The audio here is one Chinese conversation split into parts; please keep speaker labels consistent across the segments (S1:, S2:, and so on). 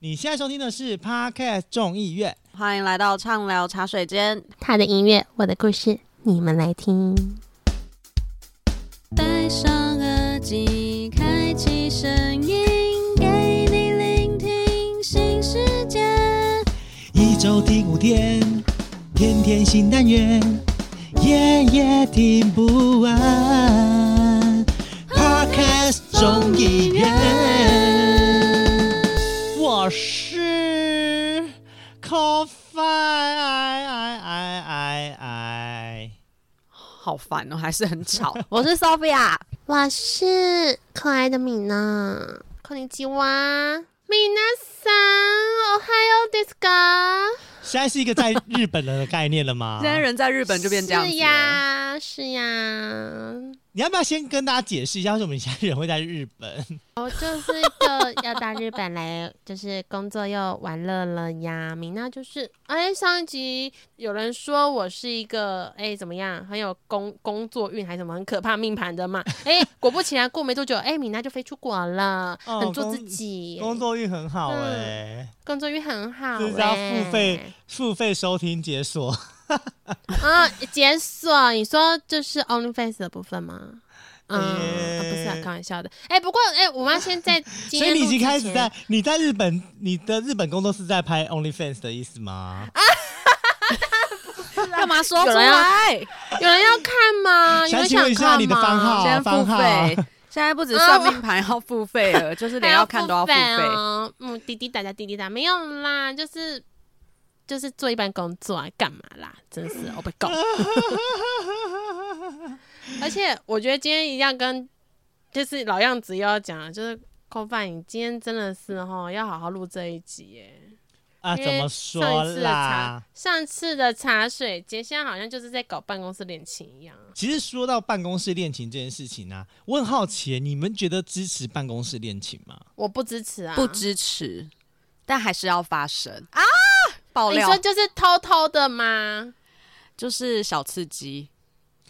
S1: 你现在收听的是 Podcast 众议院，
S2: 欢迎来到畅聊茶水间。
S3: 他的音乐，我的故事，你们来听。
S2: 戴上耳机，开启声音，给你聆听新世界。
S1: 一周听五天，天天新单元，夜夜听不完。Podcast 众议院，我是 Coffee，哎哎哎哎哎，
S2: 好烦哦，还是很 吵。
S3: 我是 Sophia，我
S2: 啊
S3: 是可爱的米娜，こんにちは。米娜さん、おはようですか？
S1: 现在是一个在日本人的概念了吗？
S2: 现在人在日本就变这样子啊
S3: 是
S2: 了，
S3: 呀，是呀。
S1: 你要不要先跟大家解释一下，为什么你现在人会在日本？
S3: 我哦就是就 要到日本来，就是工作又玩乐了呀。米娜就是，哎，上一集有人说我是一个，哎，怎么样，很有工工作运还是什么很可怕命盘的嘛？哎，果不其然，过没多久，哎，米娜就飞出国了，
S1: 哦
S3: 很做自
S1: 工
S3: 己，
S1: 工作运很好哎、
S3: 工作运很好、
S1: 就
S3: 哎，
S1: 是要付费付费收听解锁。
S3: 啊、解锁，你说就是 OnlyFans 的部分吗？嗯，
S1: 哎
S3: 啊不是啊，开玩笑的。哎，不过哎，我们要先 在今
S1: 所
S3: 天
S1: 以你已
S3: 录
S1: 经
S3: 之
S1: 开始
S3: 前
S1: 在你在日本，你的日本工作是在拍 OnlyFans 的意思吗？
S2: 干嘛说出
S3: 有人要
S2: 来？
S3: 有人要看 吗？有
S1: 想
S3: 人
S1: 请问一下
S3: 看
S1: 你的
S3: 吗
S1: 番号
S2: 现在
S1: 番
S2: 付
S1: 号
S2: 费，现在不止算命盘要付费 了，就是连要看都要付
S3: 还
S2: 费。
S3: 哦。嗯，滴滴答答滴滴答，没有啦，就是就是做一般工作啊，干嘛啦？真是
S2: Oh
S3: 我被搞。而且我觉得今天一定要跟就是老样子又要讲了，就是空饭，你今天真的是哦，要好好录这一集耶。
S1: 啊，
S3: 因
S1: 怎
S3: 为
S1: 么说
S3: 上一次的茶
S1: 啦？
S3: 上次的茶水节，现在好像就是在搞办公室恋情一样。啊
S1: 其实说到办公室恋情这件事情啊，我很好奇，你们觉得支持办公室恋情吗？
S3: 我不支持啊，
S2: 不支持，但还是要发生啊！爆
S3: 你
S2: 料
S3: 说就是偷偷的吗？
S2: 就是小刺激，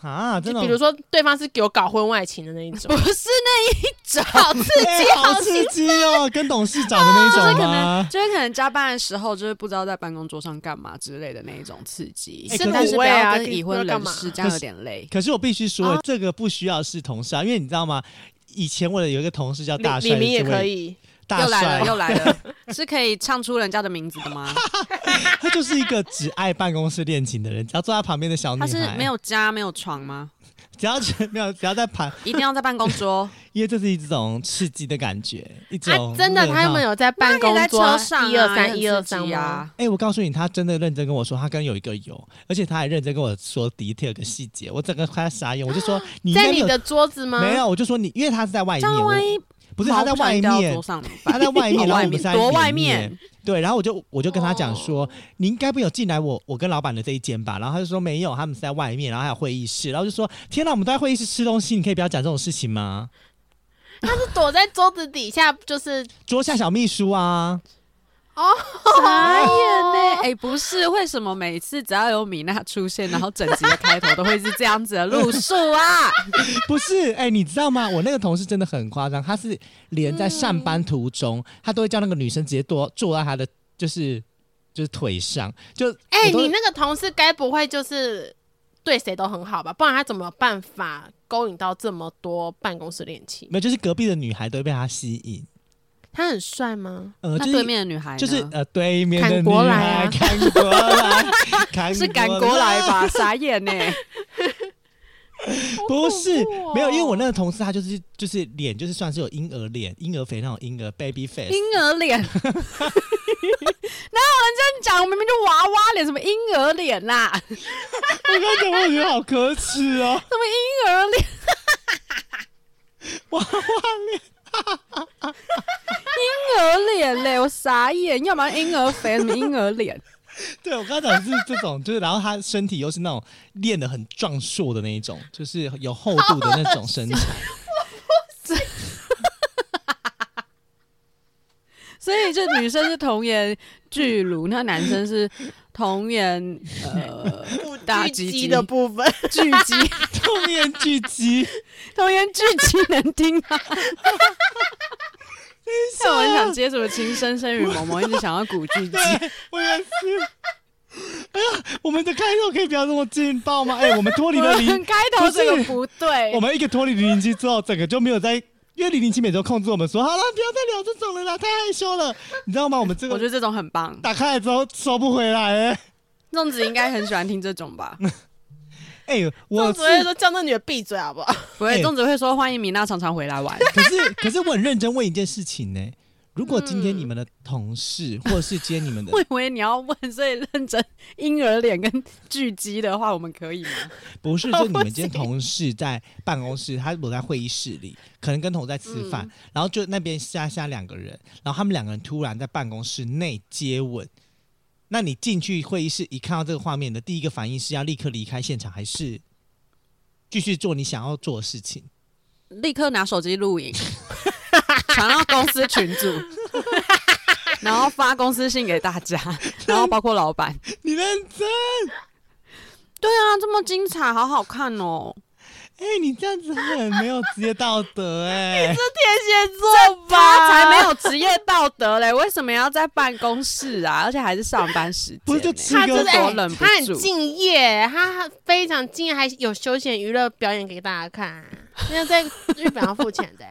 S1: 啊，真
S3: 就
S1: 的，哦
S3: 比如说对方是给我搞婚外情的那一 种
S2: 不，是那一种，
S1: 哎、好刺激哦，跟董事长的那种啊 吗？
S2: 就是可能加班的时候，就是不知道在办公桌上干嘛之类的那一种刺激。
S1: 哎可
S2: 但
S1: 是
S2: 是不
S3: 我也
S2: 要
S3: 啊可
S2: 跟
S3: 以
S2: 已
S3: 不
S2: 婚
S3: 知道干
S2: 人
S3: 嘛
S2: 士，这样有点累。
S1: 可是我必须说，
S3: 啊
S1: 这个不需要是同事啊，因为你知道吗？以前我的有一个同事叫大
S3: 李
S1: 帅，
S3: 李明也
S1: 这位
S3: 可以。
S1: 大
S2: 又来
S1: 帅
S2: 了，又来 了，是可以唱出人家的名字的吗？
S1: 他就是一个只爱办公室恋情的人，只要坐在旁边的小女
S2: 他
S1: 孩，
S2: 是没，有家没有床吗？
S1: 只要没有，只要在旁，
S2: 一定要在办公 桌？
S1: 因为这是一种刺激的感觉，一种、
S3: 啊，真的，他有没
S1: 有？
S3: 有在办公
S2: 那也在
S3: 桌
S2: 车上啊
S3: 一二
S2: 也
S3: 三
S2: 很
S3: 一二
S2: 刺
S3: 三
S2: 激
S3: 吗？
S2: 啊！
S1: 哎、我告诉你，他真的认真跟我说，他跟有一个有，而且他还认真跟我说 detail 个细节，我整个快要傻眼，我就说你应该
S3: 啊在
S1: 没
S3: 你
S1: 有
S3: 的桌子吗？
S1: 没有，我就说哎你，因为他是在外
S2: 这
S1: 面，
S2: 样
S1: 我
S2: 万一
S1: 不是他在
S2: 毛不小
S1: 外
S2: 心掉到
S1: 面
S2: 桌，上怎么办
S1: 他在外面，然后
S2: 哦外
S1: 我们
S2: 面
S1: 是在
S2: 多
S1: 里
S2: 外
S1: 面
S2: 面，
S1: 对，然后我就我就跟他讲说，你应该没有进来我我跟老板的这一间吧？然后他就说没有，他们是在外面，然后还有会议室，然后就说天哪，我们都在会议室吃东西，你可以不要讲这种事情吗？
S3: 他是躲在桌子底下，就是
S1: 桌下小秘书啊，
S3: 哦
S2: 傻眼呢、哎、不是，为什么每次只要有米娜出现，然后整集的开头都会是这样子的路数 啊？
S1: 不是，哎、你知道吗？我那个同事真的很夸张，他是连在上班途中，他都会叫那个女生直接坐坐在他的就是就是腿上，就
S3: 哎、
S1: 我都
S3: 你那个同事该不会就是对谁都很好吧？不然他怎么有办法勾引到这么多办公室恋情？
S1: 没有，就是隔壁的女孩都会被他吸引，
S3: 他很帅吗？
S1: 呃，
S2: 那
S1: 就是
S2: 对面的女孩呢
S1: 就是呃，对面的
S3: 砍
S1: 女
S3: 国来
S1: 孩
S3: 啊
S1: 赶过来，砍
S2: 是赶过来吧？傻眼呢、
S1: 不是
S3: 恐怖哦，
S1: 没有，因为我那个同事他就是就是脸就是算是有婴儿脸、婴儿肥那种婴儿 baby face，
S2: 婴儿脸。哪有人这样讲？我明明就娃娃脸，什么婴儿脸啦、什
S1: 我刚讲我觉得好可耻哦，
S2: 么婴儿脸？
S1: 娃娃脸。
S2: 婴儿脸嘞，我傻眼。要不然婴儿肥，什么婴儿脸？
S1: 对我刚讲是这种，就是然后他身体又是那种练得很壮硕的那一种，就是有厚度的那种身材。
S2: 所以这女生是童颜巨乳，那男生是童颜呃大鸡鸡
S3: 的部分，
S2: 巨鸡，
S1: 后面巨鸡，
S2: 童颜巨鸡能听吗？但啊我很想接什么《情深深雨蒙蒙，一直想要古巨基。
S1: 对，我也是。哎呀，我们的开头可以不要这么劲爆吗？哎，我们脱离
S2: 我
S1: 了零
S2: 们 开头这
S1: 不
S2: 个
S1: 是
S2: 不对，
S1: 我们一个脱离零零七之后，整个就没有在，因为零零七每周控制我们说，好了，不要再聊这种了啦，太害羞了，你知道吗？我们这
S2: 我
S1: 个
S2: 觉得这种很棒，
S1: 打开来之后收不回来、哎
S2: 粽子应该很喜欢听这种吧？
S1: 哎、
S3: 我
S1: 我
S3: 只会
S1: 是，
S3: 说叫那女的闭嘴好不好？
S2: 不会，
S1: 哎
S2: 粽子会说欢迎米娜常常回来玩。
S1: 可是可是我很认真问一件事情呢、如果今天你们的同事，或者是今天你们的
S2: 我以为你要问，所以认真婴儿脸跟巨鸡的话，我们可以吗？
S1: 不是，就你们今天同事在办公室，他我在会议室里，可能跟同事在吃饭，然后就那边下下两个人，然后他们两个人突然在办公室内接吻。那你进去会议室一看到这个画面，你的第一个反应是要立刻离开现场，还是继续做你想要做的事情？
S2: 立刻拿手机录影， 传到公司群组， 然后发公司信给大家，然后包括老板。
S1: 你认真？
S2: 对啊，这么精彩，好好看哦！
S1: 哎、你这样子很没有职业道德哎、
S3: 天蝎座
S2: 他才没有职业道德嘞，为什么要在办公室啊？而且还是上班时间、
S1: 不是就
S2: 欸
S1: 吃
S3: 他就是
S1: 这个
S3: 哎
S2: 我忍不
S3: 他很
S2: 住
S3: 敬业，他非常敬业，还有休闲娱乐表演给大家看。 那在日本要付钱的，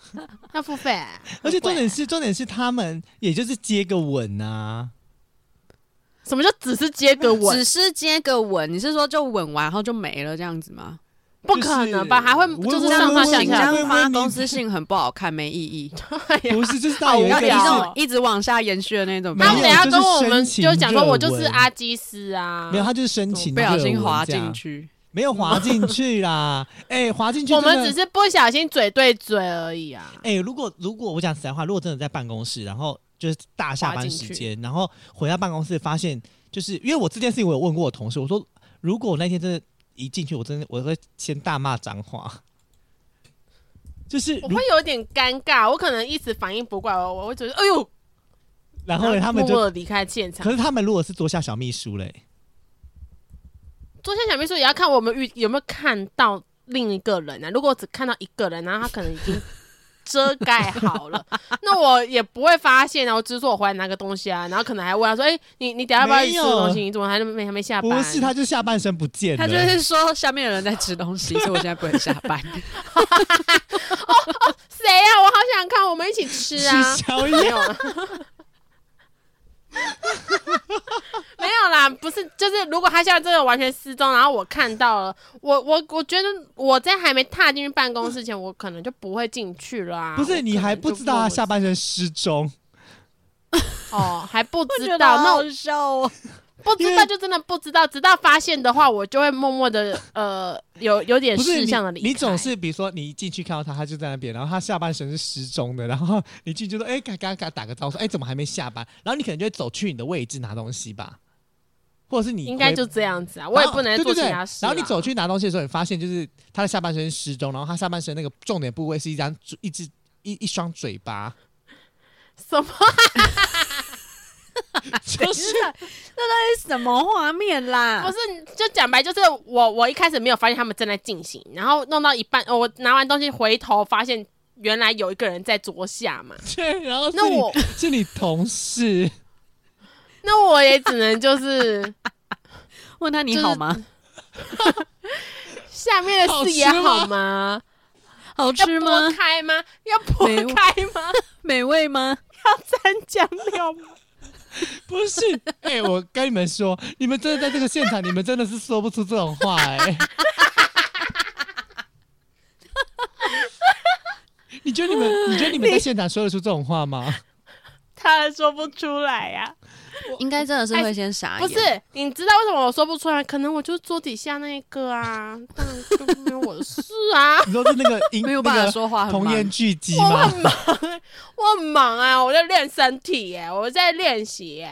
S3: 要付费。
S1: 而且重点
S3: 很贵
S1: 是，重点是他们也就是接个吻 啊，
S3: 什么叫只是接个吻
S2: 只？是接个吻，你是说就吻完然后就没了这样子吗？
S3: 不可能吧？还会就是
S1: 我
S3: 上上下
S1: 我
S2: 这
S1: 我
S3: 下
S1: 我
S3: 吧。
S2: 样发公司信很不好看，没意义。
S3: 对哎呀
S1: 不是就是到有一
S2: 要
S1: 个
S3: 好无
S1: 就
S3: 聊
S1: 是
S3: 哦
S2: 一种一直往下延续的那种
S1: 没
S2: 表
S1: 有
S2: 演，
S3: 他们等一下
S1: 就是
S3: 跟我们
S1: 深情
S3: 就讲说，
S1: 热
S3: 我就是
S1: 吻
S3: 阿基斯啊。
S1: 没有，他就是深情
S2: 不小
S1: 热
S2: 心
S1: 吻
S2: 滑
S1: 这样
S2: 进去。
S1: 没有滑进去 啦，哎、滑进去
S3: 我
S1: 真的。
S3: 们只是不小心嘴对嘴而已啊。
S1: 哎、如果如果我讲实在话，如果真的在办公室，然后就是大下班时
S3: 滑进
S1: 间，然后回到办公室发现，就是因为我这件事情我有问过我同事，我说如果我那天真的一进去，我真的我会先大骂脏话，就是
S3: 我
S1: 如
S3: 会有点尴尬，我可能一时反应不过来，我我会觉得哎呦，
S1: 然后呢他们
S3: 默默
S1: 就，
S3: 的离开现场
S1: 可。是他们如果是桌下小秘书嘞，
S3: 坐下小秘书也要看我们遇有没有看到另一个人啊。如果只看到一个人，然后他可能已经遮盖好 了，那我也不会发现啊。我只是说我回来拿个东西啊，然后可能还问他说：“哎、你你等一下要不要
S1: 没
S3: 去
S1: 有
S3: 吃东西？你怎么还没还没下班？”
S1: 不是，他就下半身不见
S2: 他
S1: 了，
S2: 就是说下面的人在吃东西，所以我现在不能下 班。
S3: 谁呀、啊？我好想看，我们一起吃 啊！
S1: 吃 宵
S3: 没
S1: 夜，
S3: 有啊。没有啦，不是，就是如果他现在真的完全失踪，然后我看到了，我我我觉得我在还没踏进去办公室前，我可能就不会进去了啊、
S1: 不
S3: 我
S1: 是
S3: 可
S1: 你
S3: 能
S1: 还
S3: 就
S1: 不知道他
S3: 默
S1: 下半身失踪。
S3: 默哦，还不知
S2: 觉得
S3: 道，那
S2: 好
S3: 我
S2: 好笑哦！
S3: 不
S1: 因
S3: 知
S1: 为
S3: 道就真的不知道，直到发现的话，我就会默默的呃有有点
S1: 不是
S3: 事
S1: 你
S3: 项的离开
S1: 你总是比如说你一进去看到他，他就在那边，然后他下半身是失踪的，然后你进去说，哎、刚刚刚打个招呼说，哎、怎么还没下班？然后你可能就会走去你的位置拿东西吧，或者是你
S3: 应该
S1: 回
S3: 就这样子啊，
S1: 然
S3: 我也
S1: 后
S3: 不能
S1: 对
S3: 做
S1: 对
S3: 其
S1: 对
S3: 他事、啊
S1: 然后你走，去拿东西的时候，你发现就是他的下半身失踪，然后他下半身那个重点部位是一张嘴一只一一双嘴巴，
S3: 什么？啊
S1: 就是
S2: 这 是什么画面啦？
S3: 不是，就讲白就是我，我一开始没有发现他们正在进行，然后弄到一半，哦我拿完东西回头发现原来有一个人在桌下嘛，
S1: 对，然后是
S3: 那
S1: 你
S3: 我
S1: 是你同事，
S3: 那我也只能就是
S2: 问他你好吗？
S3: 下面的视野好吗？
S2: 好吃
S3: 要
S2: 吗
S3: 拨？开吗？要拨
S2: 没有
S3: 开吗？
S2: 美味吗？
S3: 要三酱料 吗？
S1: 不是？哎、我跟你们说，你们真的在这个现场，你们真的是说不出这种话哎、你觉得你们，你觉得你们在现场说得出这种话吗？
S3: 他还说不出来啊呀、
S2: 应该哎真的是会先
S1: 哎
S2: 傻眼。
S3: 不是，你知道为什么我说不出来？可能我就是桌底下那一个啊， 当然就没有我的事啊。
S1: 你说是那个音
S2: 没有
S1: 那
S2: 办法
S1: 个
S2: 说话，很
S1: 童
S2: 忙
S1: 言巨击
S3: 我
S1: 吗？
S3: 很忙，我很忙啊，我在练身体耶、我在练习耶、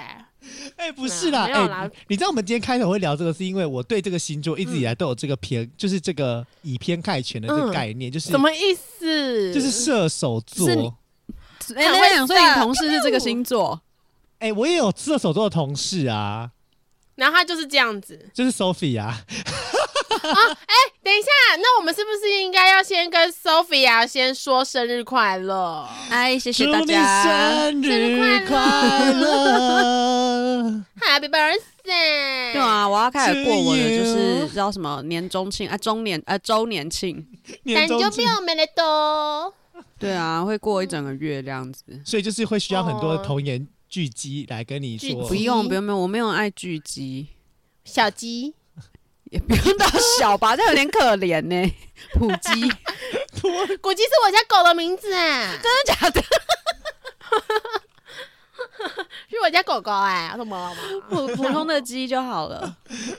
S1: 哎、不是啦，
S3: 没
S1: 哎、
S3: 有啦
S1: 你知道我们今天开头会聊这个，是因为我对这个星座一直
S2: 嗯
S1: 以来都有这个偏，就是这个以偏概全的这个
S3: 嗯
S1: 概念，就是
S3: 什么意思？
S1: 就是射手座
S2: 是。你哎，
S3: 很
S2: 那
S3: 会
S2: 两所以你
S3: 射
S2: 同事是这啊个星座，
S1: 哎、我也有射手座的同事啊，
S3: 然后他就是这样子，
S1: 就是 Sophie 啊，
S3: 等一下，那我们是不是应该要先跟 Sophia 先说生日快乐？
S2: 哎，谢
S1: 祝
S2: 谢大
S1: 你
S2: 家。
S1: 生日快乐！
S3: Happy birthday！
S2: 对，啊，我要开始过我的
S1: To you
S2: 就是叫什么年中庆啊，中年啊周年庆。
S1: 年
S3: 但
S1: 终
S3: 就
S1: 庆
S3: 变我们的多。
S2: 对啊，会过一整个月这样子。
S1: 所以就是会需要很多
S3: 哦
S1: 童颜巨基来跟你
S3: 巨
S1: 做
S2: 不
S3: 基
S2: 用不用不用，我没有爱聚集，
S3: 小鸡，
S2: 也不用到小吧， 这有点可怜呢、普 鸡，
S3: 古鸡是我家狗的名字哎，
S2: 真的假的？
S3: 是我家狗狗哎，我怎么了嘛？
S2: 普普通的鸡就好了。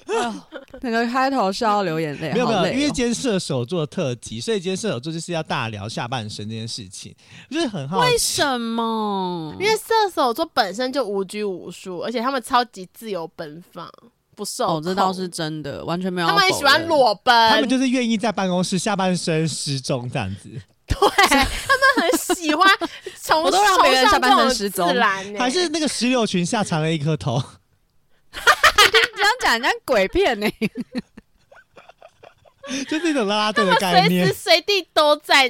S2: 哎呦，那个开头是要流眼泪，
S1: 没有没
S2: 好
S1: 有，
S2: 累
S1: 因为
S2: 哦
S1: 今天射手座特辑，所以今天射手座就是要大聊下半身这件事情，就是很好
S2: 为
S1: 奇。
S2: 什么？
S3: 因为射手座本身就无拘无束，而且他们超级自由奔放，不受控。
S2: 哦，这倒是真的，完全没有。
S3: 他们很喜欢，裸奔，
S1: 他们就是愿意在办公室下半身失踪这样子，
S3: 对，他们很 喜欢崇
S2: 我都让
S3: 崇
S2: 别人
S3: 尚
S2: 下半
S3: 这
S2: 身
S3: 种
S2: 失踪
S3: 自然欸呢、
S1: 还是那个石榴裙下藏了一颗头，
S2: 这样讲人家鬼片呢、
S1: 就是一种拉拉队的概
S3: 随时
S1: 念，
S3: 随地都在，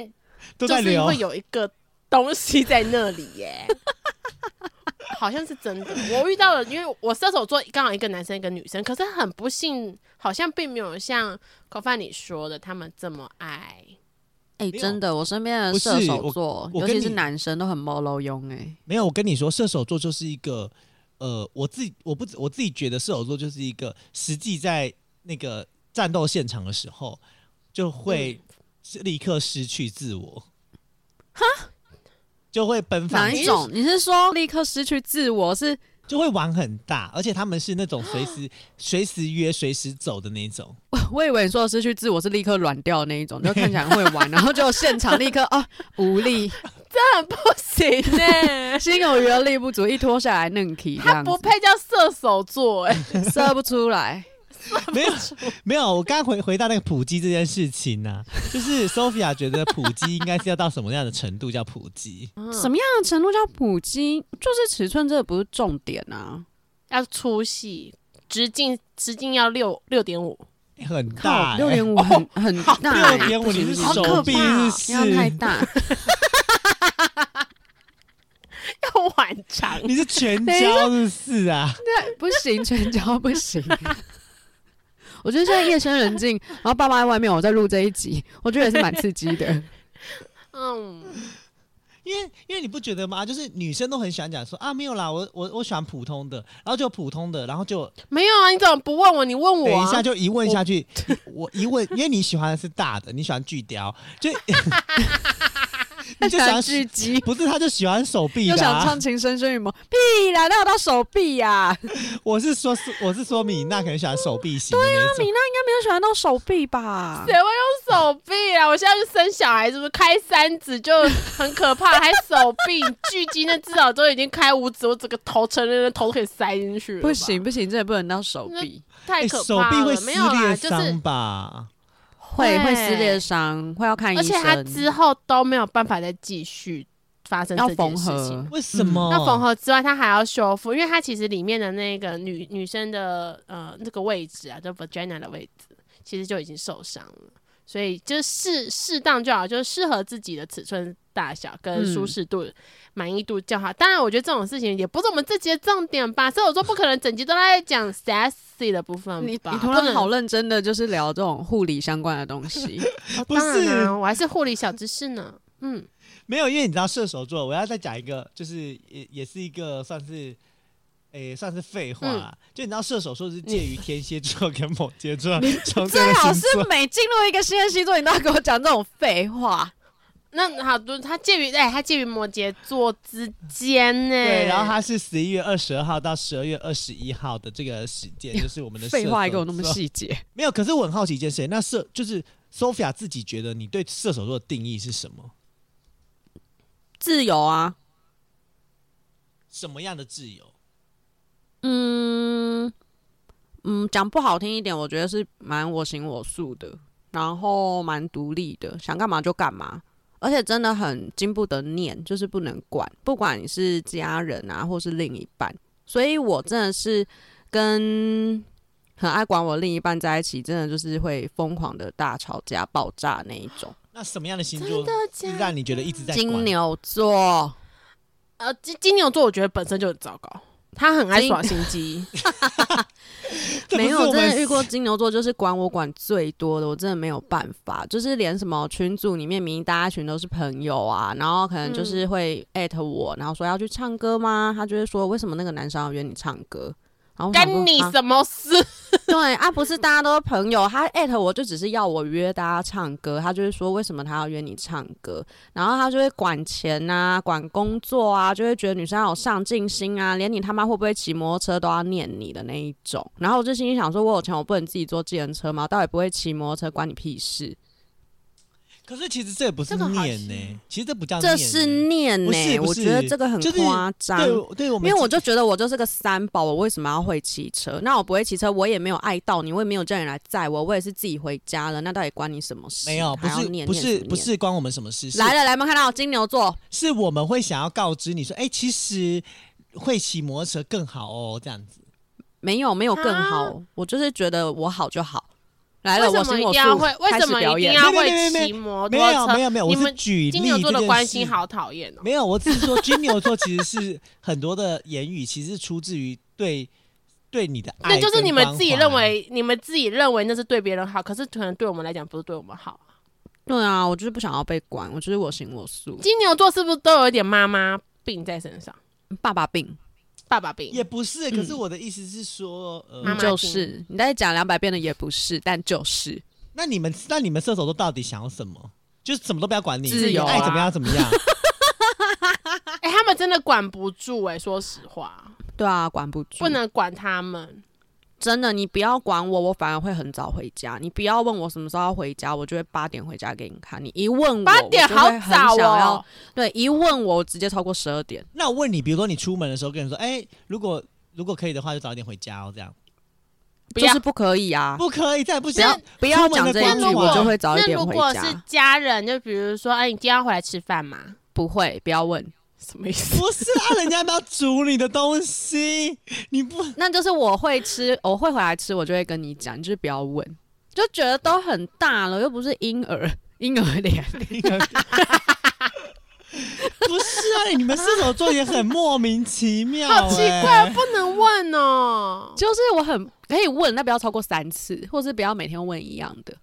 S1: 都
S3: 就
S1: 在
S3: 是因
S1: 流
S3: 为。有一个东西在那里耶、 好像是真的。我遇到了，因为我射手座刚好一个男生一个女生，可是很不幸，好像并没有像口饭你说的他们这么爱。
S2: 哎、
S1: 没有
S2: 真的，我身边
S1: 不
S2: 的
S1: 是
S2: 射手座，
S1: 我
S2: 尤
S1: 跟
S2: 其是
S1: 你
S2: 男生，都很毛楼庸哎、
S1: 没有，我跟你说，射手座就是一个，呃，我自己我不我自己觉得射手座就是一个实际在那个战斗现场的时候就会
S2: 嗯
S1: 是立刻失去自我，哈、就会奔放
S2: 哪一种？你是说 立刻失去自我是？
S1: 就会玩很大，而且他们是那种随时随时约、随时走的那 种。
S2: 我以为你说的失去自我是立刻软掉的那一种，就看起来很会玩，然后就现场立刻啊无 力，
S3: 这很不行 呢、
S2: 心有余而力不足，一脱下来嫩体这
S3: 他
S2: 样
S3: 不
S2: 子，
S3: 配叫射手座哎、
S2: 射不出来。
S1: 没有没有，我刚回回到那个普及这件事情呢、就是 Sophia 觉得普及应该是要到什么样的程度叫普及？
S2: 嗯什么样的程度叫普京？就是尺寸，这不是重点啊！
S3: 要粗细，直径直径要六六点五，
S1: 很大、
S2: 靠，
S1: 欸，
S2: 六点五很很大
S3: 哎
S2: 欸，
S1: 六点五，
S2: 不行
S1: 你是
S2: 不行
S3: 好
S1: 手
S3: 可
S1: 臂
S3: 怕哦
S1: 是
S2: 不要太
S1: 是？
S2: 大，
S3: 要晚长。
S1: 你是 全交是是啊？
S2: 不行，全焦不行。 我觉得现在夜深人静，然后爸妈在外面，我在录这一集，我觉得也是蛮刺激的。
S3: 嗯，
S1: 因为因为你不觉得吗？就是女生都很喜欢讲说啊，没有啦，我我我喜欢普通的，然后就普通的，然后就
S3: 没有啊，你怎么不问我？你问我、
S1: 等
S3: 啊，
S1: 一下就一问下去，我一问，因为你喜欢的是大的，你喜欢巨雕， 就你就想
S2: 狙击，
S1: 不是，他就喜欢手臂
S2: 又
S1: 的、
S2: 想
S1: 啊
S2: 唱。情深深雨蒙，屁啦，那有到手臂呀、啊？那
S1: 我是说，是我是说米娜可能喜欢手臂型的
S3: 啊
S1: 那种。
S2: 米娜应该没有喜欢到手臂吧
S3: 谁？会用手臂啊？我现在去生小孩，是不是开三指就很可怕？还手臂巨鸡，那至少都已经开五指，我整个头成人的头都可以塞进去了吧
S2: 不行，不行，这也不能到手臂，
S3: 太
S1: 哎
S3: 可
S1: 手
S3: 怕
S1: 臂
S3: 了。
S1: 会撕
S3: 没有啦，
S1: 裂
S3: 就是
S1: 伤吧？
S2: 会会撕裂伤，会要看医
S3: 而且
S2: 生，
S3: 他之后都没有办法再继续发生
S2: 要
S3: 这
S2: 缝
S3: 件事情
S2: 合。。
S1: 为什么？
S3: 嗯那缝合之外，它还要修复，因为它其实里面的那个女女生的呃那个位置啊，就 vagina 的位置，其实就已经受伤了，所以就是适适当就好，就是适合自己的尺寸大小跟
S2: 嗯
S3: 舒适度、满、意度就好。当然，我觉得这种事情也不是我们这集的重点吧，所以我说不可能整集都在讲 sexy 的部分
S2: 你
S3: 吧。
S2: 你突
S3: 不
S2: 然
S3: 能
S2: 好认真的就是聊这种护理相关的东西，
S3: 哦
S1: 不
S3: 当然
S1: 是
S3: 啊，我还是护理小知识呢。嗯，
S1: 没有，因为你知道射手座，我要再讲一个，就是也也是一个算是。诶、算是废话啦。
S2: 嗯
S1: 就你知道，射手座是介于天蝎座跟摩羯 座中间
S2: 最
S1: 的
S2: 好
S1: 星
S2: 是
S1: 座。
S2: 每进入一个新的星座，你都要给我讲这种废话。
S3: 那好，就它介于哎，它介于摩羯座之间呢、
S1: 对，然后它是十一月二十二号到十二月二十一号的这个时间，就是我们的
S2: 废
S1: 射
S2: 话
S1: 手
S2: 也给我那么
S1: 座
S2: 细节，
S1: 没有，可是我很好奇一件事情，那射就是 Sophia 自己觉得你对射手座的定义是什么？
S2: 自由啊，
S1: 什么样的自由？
S2: 嗯嗯，讲不好听一点，我觉得是蛮我行我素的，然后蛮独立的，想干嘛就干嘛，而且真的很经不得念，就是不能管，不管你是家人啊，或是另一半，所以我真的是跟很爱管我另一半在一起，真的就是会疯狂的大吵架、爆炸那一种。
S1: 那什么样的星座
S3: 假的
S1: 让你觉得一直在管
S2: 金？牛座，
S3: 呃，金金牛座我觉得本身就很糟糕，他很爱耍心机，
S1: 这不
S2: 没
S1: 是
S2: 有
S1: 我
S2: 真
S1: 们
S2: 的遇过金牛座，就是管我管最多的，我真的没有办法。就是连什么群组里面，明明大家群都是朋友啊，然后可
S1: 嗯
S2: 能就是会艾特我，然后说要去唱歌吗？他就会说为什么那个男生要约你唱歌？然后我想说
S3: 干你
S2: 啊
S3: 什么事？
S2: 对啊，不是大家都是朋友，他艾特我就只是要我约大家唱歌，他就是说为什么他要约你唱歌，然后他就会管钱啊，管工作啊，就会觉得女生要有上进心啊，连你他妈会不会骑摩托车都要念你的那一种。然后我就心里想说，我有钱我不能自己坐计程车吗？我到底不会骑摩托车，关你屁事？
S1: 可是其实这也不是
S3: 这个好
S1: 念呢、
S3: 奇
S1: 其实这不叫念
S2: 这
S1: 呢、
S2: 是念
S1: 不
S2: 呢、
S1: 是不
S2: 我
S1: 是
S2: 觉得这个很
S1: 就是
S2: 夸张。
S1: 对对，我们
S2: 因为我就觉得我就是个三宝，我为什么要会骑车？那我不会骑车，我也没有爱到你，我也没有叫你来载我，我也是自己回家了。那到底关你什么事？
S1: 没有，不
S2: 还要
S1: 是
S2: 念
S1: 不是不，
S2: 念
S1: 是关我们什么事，
S2: 什
S1: 是
S2: 么念来了来，我们看到金牛座，
S1: 是我们会想要告知你说，哎、其实会骑摩托车更好哦，这样子。
S2: 没有没有更
S3: 啊
S2: 好，我就是觉得我好就好。来了，
S3: 为
S2: 我
S3: 什
S2: 行
S3: 么一
S2: 我
S3: 定
S2: 素
S3: 要会？为
S2: 开
S3: 什
S2: 始
S3: 么
S2: 表
S3: 一定
S2: 演。
S3: 要会
S1: 没没没
S3: 骑摩
S1: 没
S3: 托
S1: 有没
S3: 车？
S1: 有没有，
S3: 你
S1: 我是
S3: 们
S1: 举例
S3: 金牛座
S1: 这
S3: 的
S1: 件
S3: 关
S1: 事
S3: 系好讨厌哦。
S1: 没有，我只是说金牛座其实是很多的言语，其实是出自于对对你的爱，
S3: 那就是你们自己认。为，你们自己认为那是对别人好，可是可能对我们来讲不是对我们好。
S2: 对啊，我就是不想要被管，我就是我行我素，
S3: 金牛座是不是都有一点妈妈病在身上，
S2: 爸爸病
S3: 爸爸病？
S1: 也不是，可是我的意思是说，
S3: 嗯妈
S1: 呃
S3: 妈，
S2: 就是你再讲两百遍的也不是，但就是
S1: 那你们那你们射手座到底想要什么？就是什么都不要管你，
S2: 自由啊
S1: 爱怎么样怎么样。
S3: 哎、他们真的管不住哎、说实话，
S2: 对啊，管不住，
S3: 不能管他们。
S2: 真的，你不要管我，我反而会很早回家。你不要问我什么时候要回家，我就会八点回家给你看。你一问我，
S3: 八点
S2: 我就会
S3: 好
S2: 很
S3: 早
S2: 想要
S3: 哦、
S2: 对，一问我我直接超过十二点，
S1: 那我问你，比如说你出门的时候跟人说，哎、如果如果可以的话，就早一点回家哦，这样
S3: 不
S2: 就
S3: 要
S2: 是不可以啊！
S1: 不可以，再也不
S2: 不
S1: 行。
S2: 要不要讲这
S1: 那
S2: 一
S1: 如
S2: 句，
S1: 果
S2: 我就会早一点
S3: 那如
S2: 回
S3: 果是
S2: 家。
S3: 家人，就比如说，哎、你今天要回来吃饭吗？
S2: 不会，不要问，
S3: 什么意思？
S1: 不是啊，人家要煮你的东西，你不
S2: 那就是我会吃，我会回来吃，我就会跟你讲，你就是不要问，就觉得都很大了，又不是婴儿，婴儿脸。
S1: 不是啊，你们射手座也很莫名其妙、
S3: 好奇
S1: 哎
S3: 怪，不能问哦、
S2: 就是我很可以问，但不要超过三次，或是不要每天问一样的。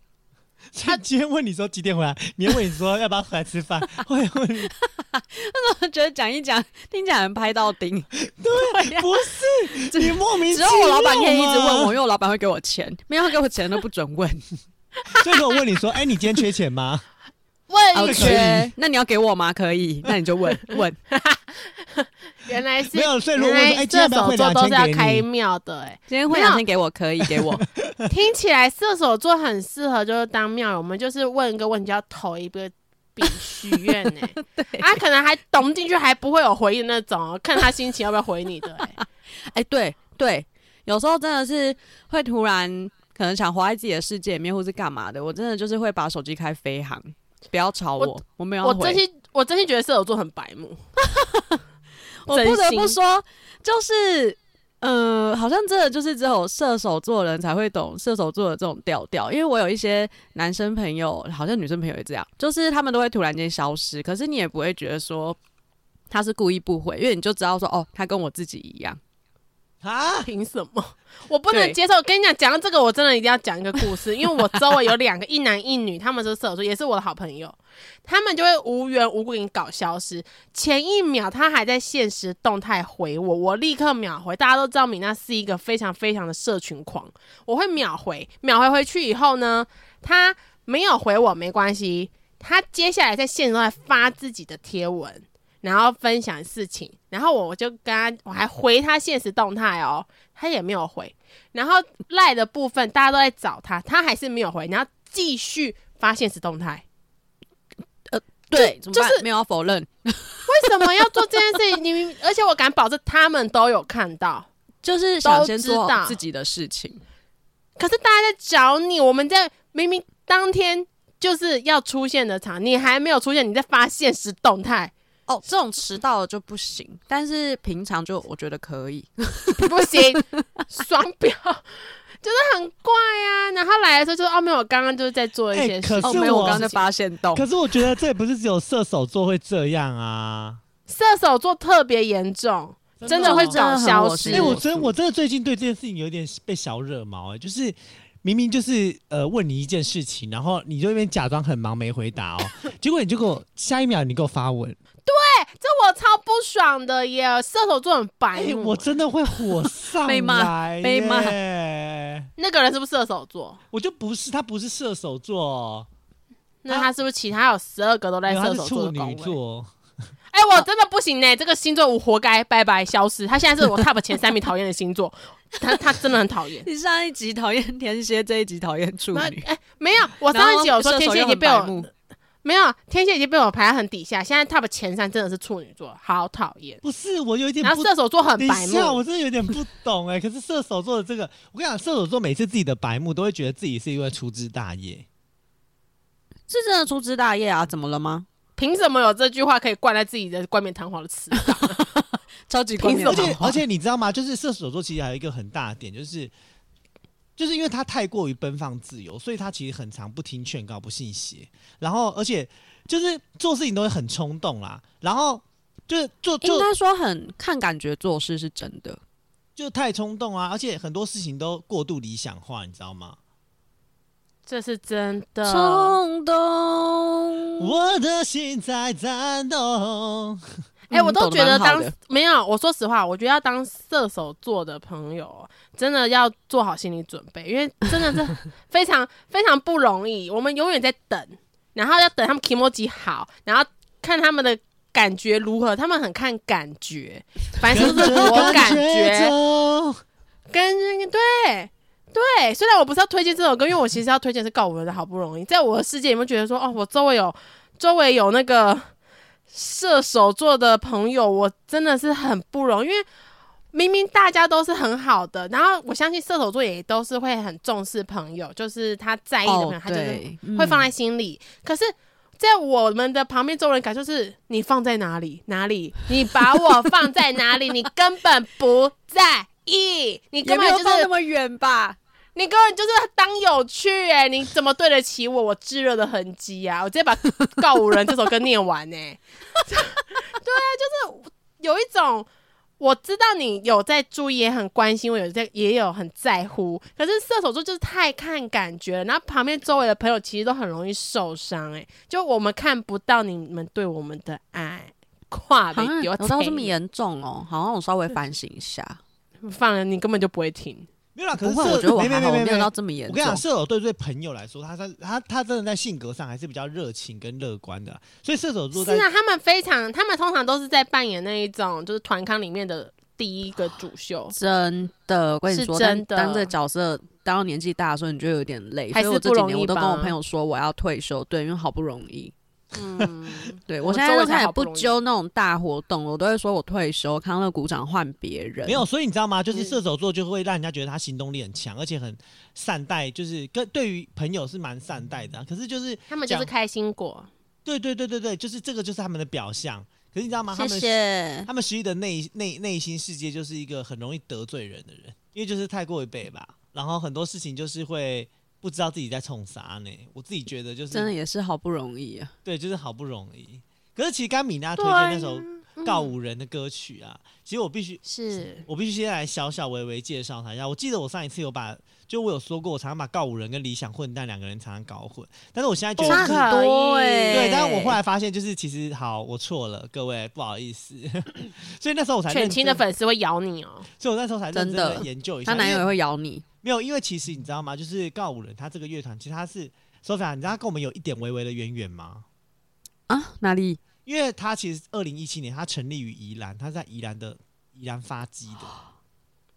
S1: 他今天问你说几点回来，明天问你说要不要回来吃 饭，后天问你
S2: 我觉得讲一讲，听起来很拍到钉。
S1: 不是，你莫名其
S2: 只
S1: 妙啊
S2: 有
S1: 嘛。
S2: 我老板可以一直问我，因为我老板会给我钱，没有给我钱都不准问。
S1: 所以说我问你说，哎、你今天缺钱吗？
S3: 问
S2: 我
S1: 这个可以
S2: 缺，那你要给我吗？可以，那你就问问。
S3: 原来是
S1: 没有，所以如果
S3: 原
S1: 问说，哎、
S3: 来
S1: 今天要
S3: 射
S1: 不要
S3: 手
S1: 汇
S3: 座
S1: 两
S3: 都是要
S1: 千
S3: 开
S1: 给你？
S3: 庙的哎、
S2: 今天会两天给我，可以给我。
S3: 听起来射手座很适合就是当庙友，我们就是问一个问题，就要投一个笔许愿 呢。啊，可能还懂进去，还不会有回应那种哦，看他心情要不要回你的、 欸。
S2: 哎、对对，有时候真的是会突然可能想活在自己的世界里面，或是干嘛的，我真的就是会把手机开飞行，不要吵我，
S3: 我
S2: 我没有要
S3: 我真
S2: 回。
S3: 心我真心觉得射手座很白目，
S2: 我不得
S3: 真
S2: 不
S3: 心
S2: 说，就是。呃，好像真的就是只有射手座的人才会懂射手座的这种调调，因为我有一些男生朋友，好像女生朋友也这样，就是他们都会突然间消失，可是你也不会觉得说他是故意不回，因为你就知道说哦，他跟我自己一样。
S1: 啊，
S3: 凭什么？我不能
S2: 对
S3: 接受。跟你讲，讲到这个，我真的一定要讲一个故事，因为我周围有两个一男一女，他们都是射手座，也是我的好朋友，他们就会无缘无故给你搞消失。前一秒他还在现实动态回我，我立刻秒回。大家都知道米娜是一个非常非常的社群狂，我会秒回，秒回回去以后呢，他没有回我没关系，他接下来在现实中还发自己的贴文。然后分享事情，然后我就跟他，我还回他现实动态哦，他也没有回。然后赖的部分大家都在找他，他还是没有回，然后继续发现实动态。
S2: 呃对，怎么
S3: 就
S2: 办
S3: 是
S2: 没有要否认，
S3: 为什么要做这件事情？你而且我敢保证，他们都有看到。
S2: 就是想
S3: 都
S2: 先
S3: 知
S2: 做好
S3: 道
S2: 自己的事情。
S3: 可是大家在找你，我们在明明当天就是要出现的场，你还没有出现，你在发现实动态，
S2: 哦，这种迟到的就不行， 但是平常就我觉得可以。
S3: 不行，双标。就是很怪啊。然后他来的时候就说哦，没有，我刚刚就是在做一
S1: 哎
S3: 些事
S1: 可
S3: 情。
S1: 是
S2: 哦，没有，
S1: 我
S2: 我刚刚在发现到，
S1: 可是我觉得这也不是只有射手座会这样啊。
S3: 射手座特别严重， 真的会
S2: 真的
S3: 早
S2: 很
S3: 消
S2: 我
S3: 失
S2: 是
S1: 哎、。我真我真的最近对这件事情有点被小惹毛哎、就是明明就是呃问你一件事情，然后你就那边假装很忙没回答哦， 结果你就给我下一秒你给我发文，
S3: 这我超不爽的耶！射手座很白
S1: 哎、
S3: 目，
S1: 我真的会火上
S2: 被骂
S1: 来
S2: 被骂
S1: 耶
S3: 那个人是不是射手座？
S1: 我就不是他不是射手座，
S3: 那他是不是其他有十二个都在
S1: 然后
S3: 射
S1: 他
S3: 手
S1: 是
S3: 座
S1: 处
S3: 的
S1: 女
S3: 宫位？
S1: 座，
S3: 哎、我真的不行呢、这个星座我活该拜拜消失。他现在是我 top 前三名讨厌的星座，他他真的很讨厌。
S2: 你上一集讨厌天蝎，这一集讨厌处
S3: 那
S2: 女。
S3: 哎、没有，我上一集有说天蝎已经被我
S2: 我
S3: 没有，天蝎已经被我排在很底下，现在 top 前三真的是处女座，好讨厌。
S1: 不是我有一点
S3: 然
S1: 不
S3: 后射手座很
S1: 等
S3: 白
S1: 一下，
S3: 目，
S1: 我真的有点不懂哎、可是射手座的这个，我跟你讲，射手座每次自己的白目都会觉得自己是因为粗枝大叶。
S2: 是真的粗枝大叶啊？怎么了吗？
S3: 凭什么有这句话可以冠在自己的冠冕堂皇的词？
S2: 超级
S3: 凭
S2: 关
S3: 什
S2: 键
S3: 么
S1: 而且而且你知道吗？就是射手座其实还有一个很大的点，就是就是因为他太过于奔放自由，所以他其实很常不听劝告、不信邪，然后而且就是做事情都会很冲动啦，然后就是做
S2: 应
S1: 做
S2: 该说很看感觉做事是真的。
S1: 就太冲动啊，而且很多事情都过度理想化，你知道吗？
S3: 这是真的。
S2: 冲动，
S1: 我的心在颤抖。
S3: 哎、我都觉得
S2: 当
S3: 当没有，我说实话，我觉得要当射手座的朋友，真的要做好心理准备，因为真的 是非常非常不容易。我们永远在等，然后要等他们 i m o j i 好，然后看他们的感觉如何。他们很看感觉，凡事都是我感觉，
S1: 走
S3: 跟对。对，虽然我不是要推荐这首歌，因为我其实要推荐是告五人的好不容易，在我的世界里面觉得说，哦，我周围有周围有那个射手座的朋友，我真的是很不容易，因为明明大家都是很好的，然后我相信射手座也都是会很重视朋友，就是他在意的朋友，
S2: 哦，
S3: 他就是
S2: 对，
S3: 会放
S2: 嗯
S3: 在心里。可是，在我们的旁边周围人感受是，你放在哪里？哪里？你把我放在哪里？你根本不在意，你根
S2: 也没
S3: 本
S2: 有
S3: 就
S2: 放那
S3: 是
S2: 么远吧？
S3: 你根本就是当有趣哎、你怎么对得起我 我炙热的痕迹啊？我直接把《告五人》这首歌念完呢、 对啊，就是有一种我知道你有在注意，也很关心我，有在也有很在乎。可是射手座就是太看感觉了，然后旁边周围的朋友其实都很容易受伤哎、就我们看不到你们对我们的爱。跨被
S2: 啊
S3: 丢，
S2: 有到这么严重哦？好像我稍微反省一下，
S3: 放了，你根本就不会听。
S1: 没有啦，可
S2: 不
S1: 是
S2: 会，
S1: 射
S2: 我觉得我
S1: 没没
S2: 还好，我
S1: 没
S2: 没
S1: 没
S2: 有到这么严
S1: 我
S2: 重，
S1: 跟你。讲，射手对对朋友来说，他在他他真的在性格上还是比较热情跟乐观的啊，所以射手座
S3: 是
S1: 在
S3: 啊，他们非常，他们通常都是在扮演那一种就是团康里面的第一个主秀
S2: 真的，我跟你
S3: 是
S2: 说，
S3: 真的
S2: 当当这个角色当到年纪大的时候，你就有点累。
S3: 还是
S2: 所以我这
S3: 不
S2: 几
S3: 容易
S2: 年我都跟我
S3: 吧
S2: 朋友说我要退休，对，因为好不容易。
S3: 嗯，
S2: 对
S3: 我
S2: 我现在
S3: 周围
S2: 都
S3: 才
S2: 开始
S3: 好不容易
S2: 揪那种大活动，我都会说我退休，康乐鼓掌换别人。
S1: 没有，所以你知道吗？就是
S3: 嗯
S1: 射手座就会让人家觉得他行动力很强，而且很善待，就是跟对于朋友是蛮善待的啊、可是就是
S3: 他们就是
S1: 讲
S3: 开心果。
S1: 对对对对对，就是这个就是他们的表象。可是你知道吗？他
S2: 谢
S1: 们
S2: 谢。
S1: 他们实际的内内内心世界就是一个很容易得罪人的人，因为就是太过于北吧，然后很多事情就是会不知道自己在冲啥呢。我自己觉得就是
S2: 真的也是好不容易啊！
S1: 对，就是好不容易。可是其实刚米娜推
S3: 对
S1: 荐
S3: 啊，
S1: 那首
S3: 嗯
S1: 告五人的歌曲啊，其实我必须
S3: 是
S1: 我必须先来小小微微介绍他一下。我记得我上一次有把，就我有说过，我常常把告五人跟理想混蛋两个人常常搞混，但是我现在觉
S3: 不
S1: 得、
S3: 可
S1: 就是
S3: 以。
S2: 欸
S1: 对，但是我后来发现就是其实好，我错了，各位不好意思， 所以那时候我才认
S3: 犬青的
S1: 真，
S3: 粉丝会咬你哦、
S1: 所以我那时候才认真
S2: 真的
S1: 的研究一下，
S2: 她男
S1: 因
S2: 友
S1: 为
S2: 也会咬你，
S1: 没有，因为其实你知道吗？就是告五人他这个乐团，其实他是 Sophia，你知道他跟我们有一点微微的渊源吗？
S2: 啊，哪里？
S1: 因为他其实二零一七年他成立于宜兰，他是在宜兰的宜兰发迹的，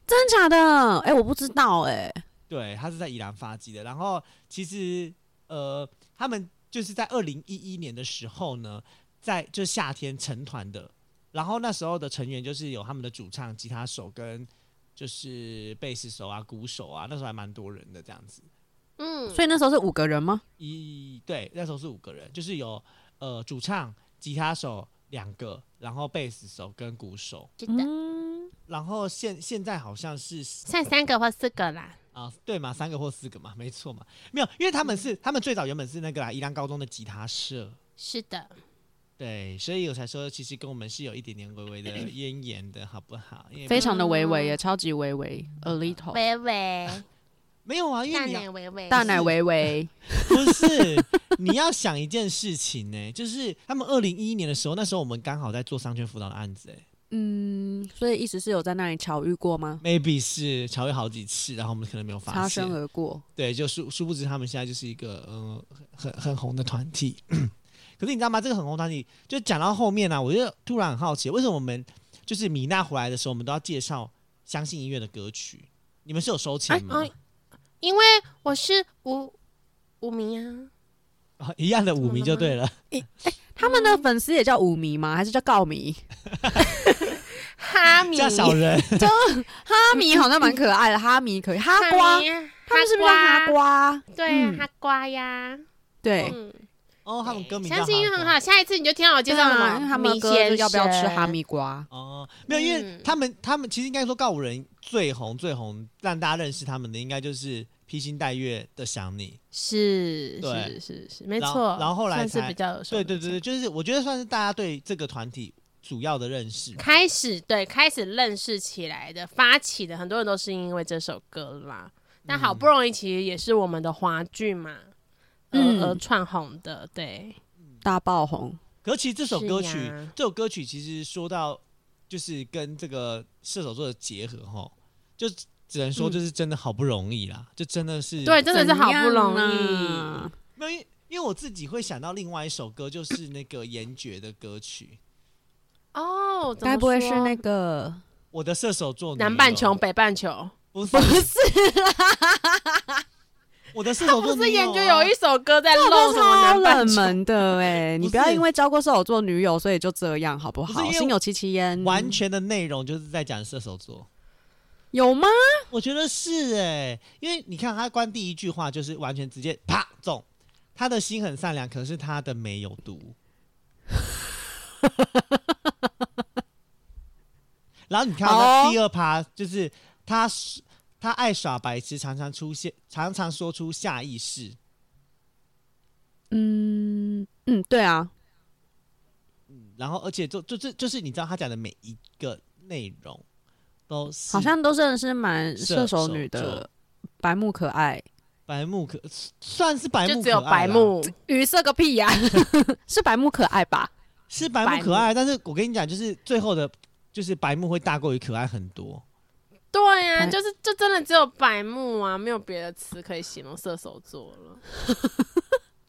S2: 真假的？哎、我不知道哎、
S3: 嗯
S1: 对，他是在宜兰发迹的。然后其实呃，他们就是在二零一一年的时候呢，在就是夏天成团的。然后那时候的成员就是有他们的主唱、吉他手跟就是贝斯手啊、鼓手啊，那时候还蛮多人的这样子。
S3: 嗯，
S2: 所以那时候是五个人吗？
S1: 一对，那时候是五个人，就是有呃主唱、吉他手两个，然后贝斯手跟鼓手。
S3: 是的，
S2: 嗯，
S1: 然后现现在好像是
S3: 剩三个或四个啦。
S1: 啊，对嘛，三个或四个嘛，没错嘛，没有，因为他们是他们最早原本是那个啦，宜兰高中的吉他社，
S3: 是的，
S1: 对，所以我才说其实跟我们是有一点点微微的渊源的，好不好？因为
S2: 非常的微微也超级微微，a little
S3: 微微，
S1: 没有啊，因
S3: 大
S1: 为你
S3: 奶
S1: 要
S3: 微微，
S2: 大奶微微，
S1: 不是你要想一件事情呢、就是他们二零一一年的时候，那时候我们刚好在做商圈辅导的案子、哎
S2: 嗯，所以意思是有在那里巧遇过吗？
S1: ，maybe 是巧遇好几次，然后我们可能没有发
S2: 擦
S1: 现
S2: 身，而过，
S1: 对，就殊殊不知他们现在就是一个嗯、很很红的团体。 可是你知道吗？这个很红团体，就讲到后面啊，我就突然很好奇，为什么我们就是米娜回来的时候，我们都要介绍相信音乐的歌曲？你们是有收钱吗
S3: 哎？因为我是无无名啊，
S1: 啊一样的五名就对了。
S2: 他们的粉丝也叫舞迷吗？还是叫告迷？
S3: 哈米，
S1: 叫小人，
S2: 哈迷好像蛮可爱的，哈迷可以，嗯哈
S3: 哈
S2: 瓜，
S3: 米，啊
S2: 他们是不是叫哈
S3: 哈瓜？
S2: 瓜？
S3: 对啊
S2: 嗯，
S3: 哈瓜呀，
S2: 对，
S3: 嗯，
S1: 哦，他们歌名叫
S3: 相信音乐
S1: 哈
S3: 很
S1: 瓜
S3: 好，下一次你就听到我介
S2: 对
S3: 绍什
S2: 啊，
S3: 么，
S2: 因为他们的
S3: 米
S2: 歌就是
S3: 先
S2: 要不要吃
S3: 生
S2: 哈密瓜？
S1: 哦，没有，因为
S3: 嗯
S1: 他们他们其实应该说告五人最红最红，让大家认识他们的应该就是披星戴月的想你。
S3: 是
S1: 对
S3: 是是是，没
S1: 然后
S3: 错。
S1: 然后后来
S3: 算是
S1: 才
S3: 比较有熟
S1: 对
S3: 的
S1: 对对对，
S3: 印
S1: 就是我觉得算是大家对这个团体主要的认识
S3: 象，。开始对开始认识起来的，发起的，很多人都是因为这首歌啦。
S1: 嗯
S3: 那好不容易，其实也是我们的华剧嘛，而
S2: 嗯
S3: 而串红的，对，
S2: 大爆红，
S1: 可是其实这首
S3: 是
S1: 歌曲
S3: 呀，
S1: 这首歌曲其实说到就是跟这个射手座的结合哈，就只能说
S3: 嗯
S1: 就是真的好不容易啦，就真的是
S3: 对，真的是好不容
S2: 怎
S3: 易。
S2: 样啊
S1: 没有，因为因为我自己会想到另外一首歌，就是那个严爵的歌曲
S3: 哦，怎么
S2: 该不会是
S3: 说
S2: 那个？
S1: 《我的射手座女友
S3: 南半球、北半球？
S1: 不 是不是啦，我的射手座
S3: 不
S1: 女友啊
S3: 是研究有一首歌在
S2: 这
S3: 露
S2: 都
S3: 什么
S2: 超
S3: 南半
S2: 冷
S3: 球？
S2: 门的哎、你不要因为交过射手座女友，所以就这样好不
S1: 不是因
S2: 好？
S1: 为
S2: 心有戚戚焉，
S1: 完全的内容就是在讲射手座，
S2: 有吗？
S1: 我觉得是哎、因为你看他关第一句话就是完全直接啪中，他的心很善良，可是他的没有毒。然后你看
S2: 好
S1: 他
S2: 哦
S1: 第二趴，就是他是他爱耍白痴，常常出现，常常说出下意识。
S2: 嗯嗯，对啊，
S1: 然后而且就就就就是你知道他讲的每一个内容都是
S2: 好像都真的是蛮
S1: 射
S2: 射手女
S1: 手
S2: 的
S1: 座
S2: 白目可爱，
S1: 白目可算是白目可爱啦，啊
S3: 就只有白目，
S2: 语塞个屁呀、是白目可爱吧？
S1: 是白目可爱，但是我跟你讲，就是最后的，就是白目会大过于可爱很多。
S3: 对呀、
S2: 白
S3: 就是就真的只有白目啊，没有别的词可以形容射手 座了。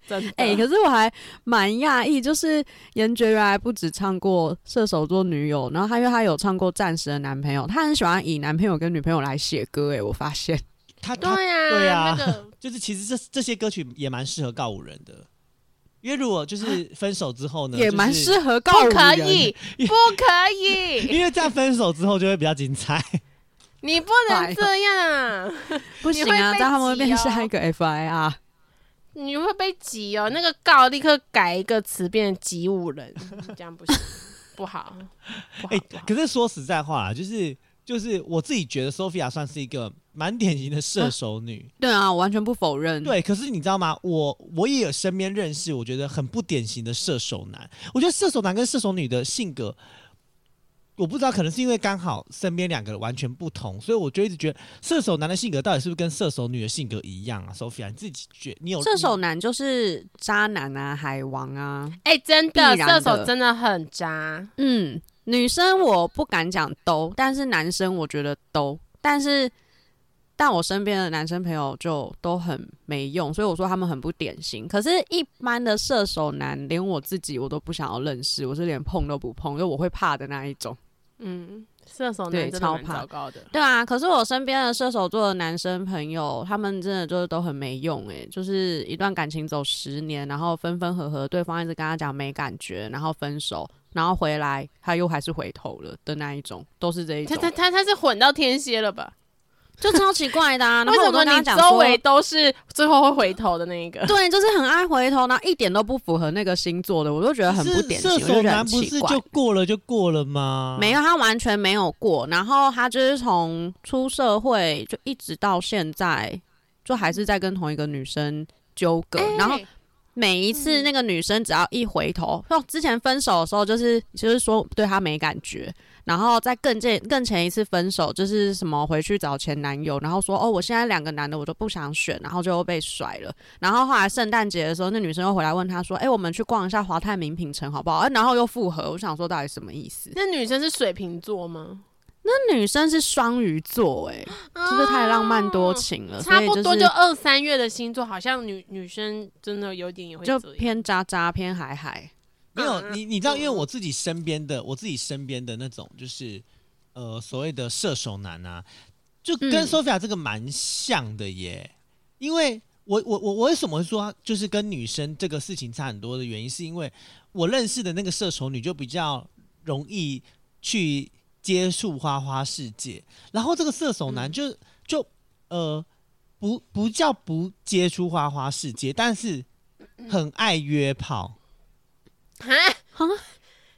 S3: 真的，
S2: 哎、可是我还蛮讶异，就是严爵原来不止唱过射手座女友，然后他因为他有唱过暂时的男朋友，他很喜欢以男朋友跟女朋友来写歌、哎，我发现
S1: 他他
S3: 对呀、
S1: 对啊
S3: 那个
S1: 就是其实这这些歌曲也蛮适合告五人的，因为如果就是分手之后呢，
S2: 也蛮
S1: 就是
S2: 适 合告啊
S3: 不
S2: 五
S3: 可
S2: 人
S3: 以，不可以，
S1: 因为在分手之后就会比较精彩。
S3: 你不能这样，
S2: 不行
S3: 你会
S2: 啊，
S3: 被
S2: 这样他们会
S3: 挤
S2: 变
S3: 哦
S2: 下一个啊 FIR。
S3: 你会被挤哦。那个告立刻改一个词，变成挤五人， 这样不 行，不好，不好，
S1: 哎、
S3: 不好
S1: 可是说实在话啊，就是就是我自己觉得 Sophia 算是一个蛮典型的射手女。
S2: 对啊，我完全不否认。，
S1: 对，可是你知道吗？我我也有身边认识，我觉得很不典型的射手男。我觉得射手男跟射手女的性格，我不知道，可能是因为刚好身边两个完全不同，所以我就一直觉得射手男的性格到底是不是跟射手女的性格一样啊？Sophia，你自己觉你有
S2: 射手男就是渣男啊，海王啊。
S3: 哎、真的，
S2: 必然的
S3: 射手真的很渣。
S2: 嗯，女生我不敢讲都，但是男生我觉得都，但是但我身边的男生朋友就都很没用，所以我说他们很不典型。可是，一般的射手男，连我自己我都不想要认识，我是连碰都不碰，因为我会怕的那一种。
S3: 嗯，射手
S2: 对
S3: 男真的
S2: 超
S3: 蛮
S2: 怕
S3: 糟糕的。
S2: 对啊，可是我身边的射手座的男生朋友，他们真的就是都很没用诶、就是一段感情走十年，然后分分合合，对方一直跟他讲没感觉，然后分手，然后回来他又还是回头了的那一种，都是这一
S3: 他
S2: 种。
S3: 他他他是混到天蝎了吧？
S2: 就超奇怪的 啊。然
S3: 为
S2: 后
S3: 什
S2: 我都
S3: 么
S2: 跟他
S3: 你
S2: 讲
S3: 周
S2: 说，
S3: 围都是最后会回头的那一个？
S2: 对，就是很爱回头，然后一点都不符合那个星座的，我就觉得很不典型，
S1: 射
S2: 我
S1: 手
S2: 就觉得
S1: 男
S2: 很
S1: 不
S2: 奇
S1: 是
S2: 怪
S1: 就。过了就过了吗？
S2: 没有，他完全没有过。然后他就是从出社会就一直到现在，就还是在跟同一个女生纠葛。然后
S3: 哎
S2: 每一次那个女生只要一回头，哦，之前分手的时候就是就是说对她没感觉，然后再更前更前一次分手就是什么回去找前男友，然后说哦我现在两个男的我都不想选，然后就又被甩了。然后后来圣诞节的时候，那女生又回来问他说，哎、我们去逛一下华泰名品城好不好？哎、然后又复合，我想说到底什么意思？
S3: 那女生是水瓶座吗？
S2: 那女生是双鱼座、哎、是不是太浪漫多情了？
S3: 啊差不
S2: 所
S3: 多
S2: 以
S3: 就是二三月的星座，好像女女生真的有点也会
S2: 就
S3: 这样
S2: 偏渣渣偏海海，
S1: 没有，
S3: 嗯
S1: 你你知道，因为我自己身边的，我自己身边的那种，就是呃所谓的射手男啊，就跟
S2: 嗯
S1: Sophia 这个蛮像的耶。因为我我我我为什么会说就是跟女生这个事情差很多的原因，是因为我认识的那个射手女就比较容易去接触花花世界，然后这个射手男就、就呃不不叫不接触花花世界，但是很爱约炮。
S3: 哈，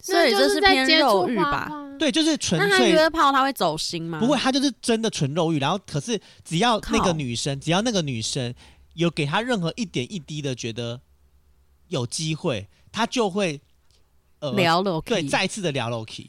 S2: 所以
S3: 那就
S2: 这
S3: 是在
S2: 偏
S3: 接
S2: 肉
S3: 触
S2: 欲
S3: 花
S2: 吧？
S3: 花。
S1: 对，就是纯
S2: 那他
S1: 粹
S2: 约炮他会走心吗？
S1: 不会，，他就是真的纯肉欲。然后可是只要那个
S2: 靠
S1: 女生，只要那个女生有给他任何一点一滴的觉得有机会，他就会呃
S2: 聊了
S1: 对
S2: OK，
S1: 再次的聊 Loki，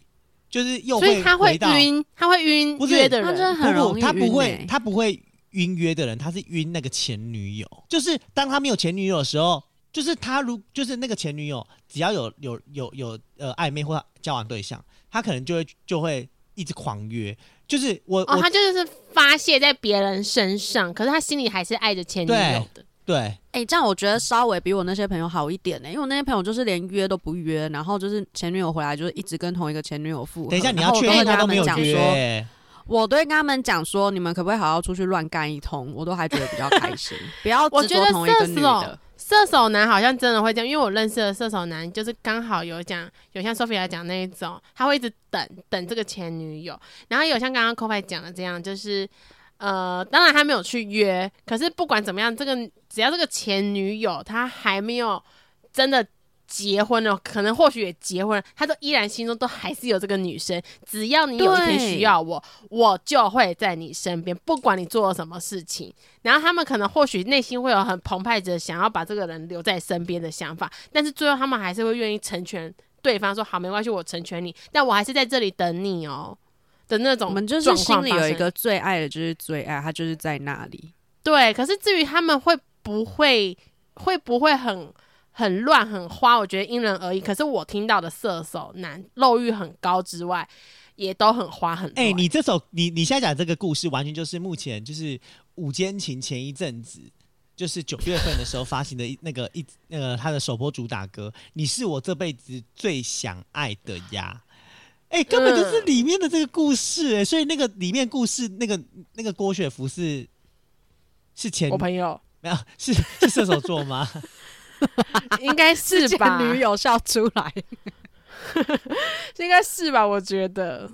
S1: 就是又
S3: 所以
S1: 会
S3: 他
S1: 回
S3: 会
S1: 到
S3: 晕，他会晕
S1: 不是
S3: 约的
S2: 他真
S3: 人
S2: 的。很
S1: 不
S2: 容
S1: 不，
S2: 易
S1: 他不
S2: 晕
S1: 会
S2: 欸
S1: 他不会晕约的人，他是晕那个前女友。就是当他没有前女友的时候。就是他如就是那个前女友，只要有有有有呃暧昧或交往对象，他可能就会就会一直狂约。就是我、我
S3: 哦，他就是发泄在别人身上，可是他心里还是爱着前女友的。
S1: 对
S2: 哎、这样我觉得稍微比我那些朋友好一点呢、欸因为我那些朋友就是连约都不约，然后就是前女友回来就是一直跟同一个前女友复合。
S1: 等一下，你
S2: 然
S1: 要
S2: 后我
S1: 确
S2: 都会
S1: 定
S2: 跟
S1: 他
S2: 他
S1: 都没有
S2: 们讲
S1: 约、
S2: 说，
S1: 欸
S2: 我都会跟他们讲说，你们可不可以好好出去乱干一通？我都还觉得比较开 心，不要
S3: 我
S2: 执
S3: 觉
S2: 着
S3: 得
S2: 同一个
S3: 射
S2: 女
S3: 手
S2: 的。
S3: 射手男好像真的会这样，因为我认识的射手男就是刚好有讲，有像 Sophia 讲那一种，他会一直等等这个前女友，然后有像刚刚 k o p i 讲的这样，就是呃，当然他没有去约，可是不管怎么样，这个只要这个前女友她还没有真的。结婚了，可能或许也结婚了，他都依然心中都还是有这个女生。只要你有一天
S2: 对
S3: 需要我，我就会在你身边，不管你做了什么事情。然后他们可能或许内心会有很澎湃着想要把这个人留在身边的想法，但是最后他们还是会愿意成全对方说，好，没关系，我成全你，但我还是在这里等你哦的那种
S2: 我们就是
S3: 状
S2: 心
S3: 况
S2: 里
S3: 发
S2: 有一
S3: 生
S2: 个最爱的，就是最爱，他就是在那里。
S3: 对，可是至于他们会不会会不会很很乱很花，我觉得因人而异。可是我听到的射手男漏欲很高之外，也都很花很
S1: 哎、
S3: 乱。
S1: 你这首你你现在讲这个故事，完全就是目前就是午间情前一阵子，就是九月份的时候发行的一那个一那个他的首播主打歌《你是我这辈子最想爱的呀》。哎、根本就是
S3: 嗯
S1: 里面的这个故事、哎，所以那个里面故事那个那个郭雪芙是是前
S3: 我朋友
S1: 没有是是射手座吗？
S3: 应该是吧，
S2: 女友笑出来，
S3: 应该是吧，我觉得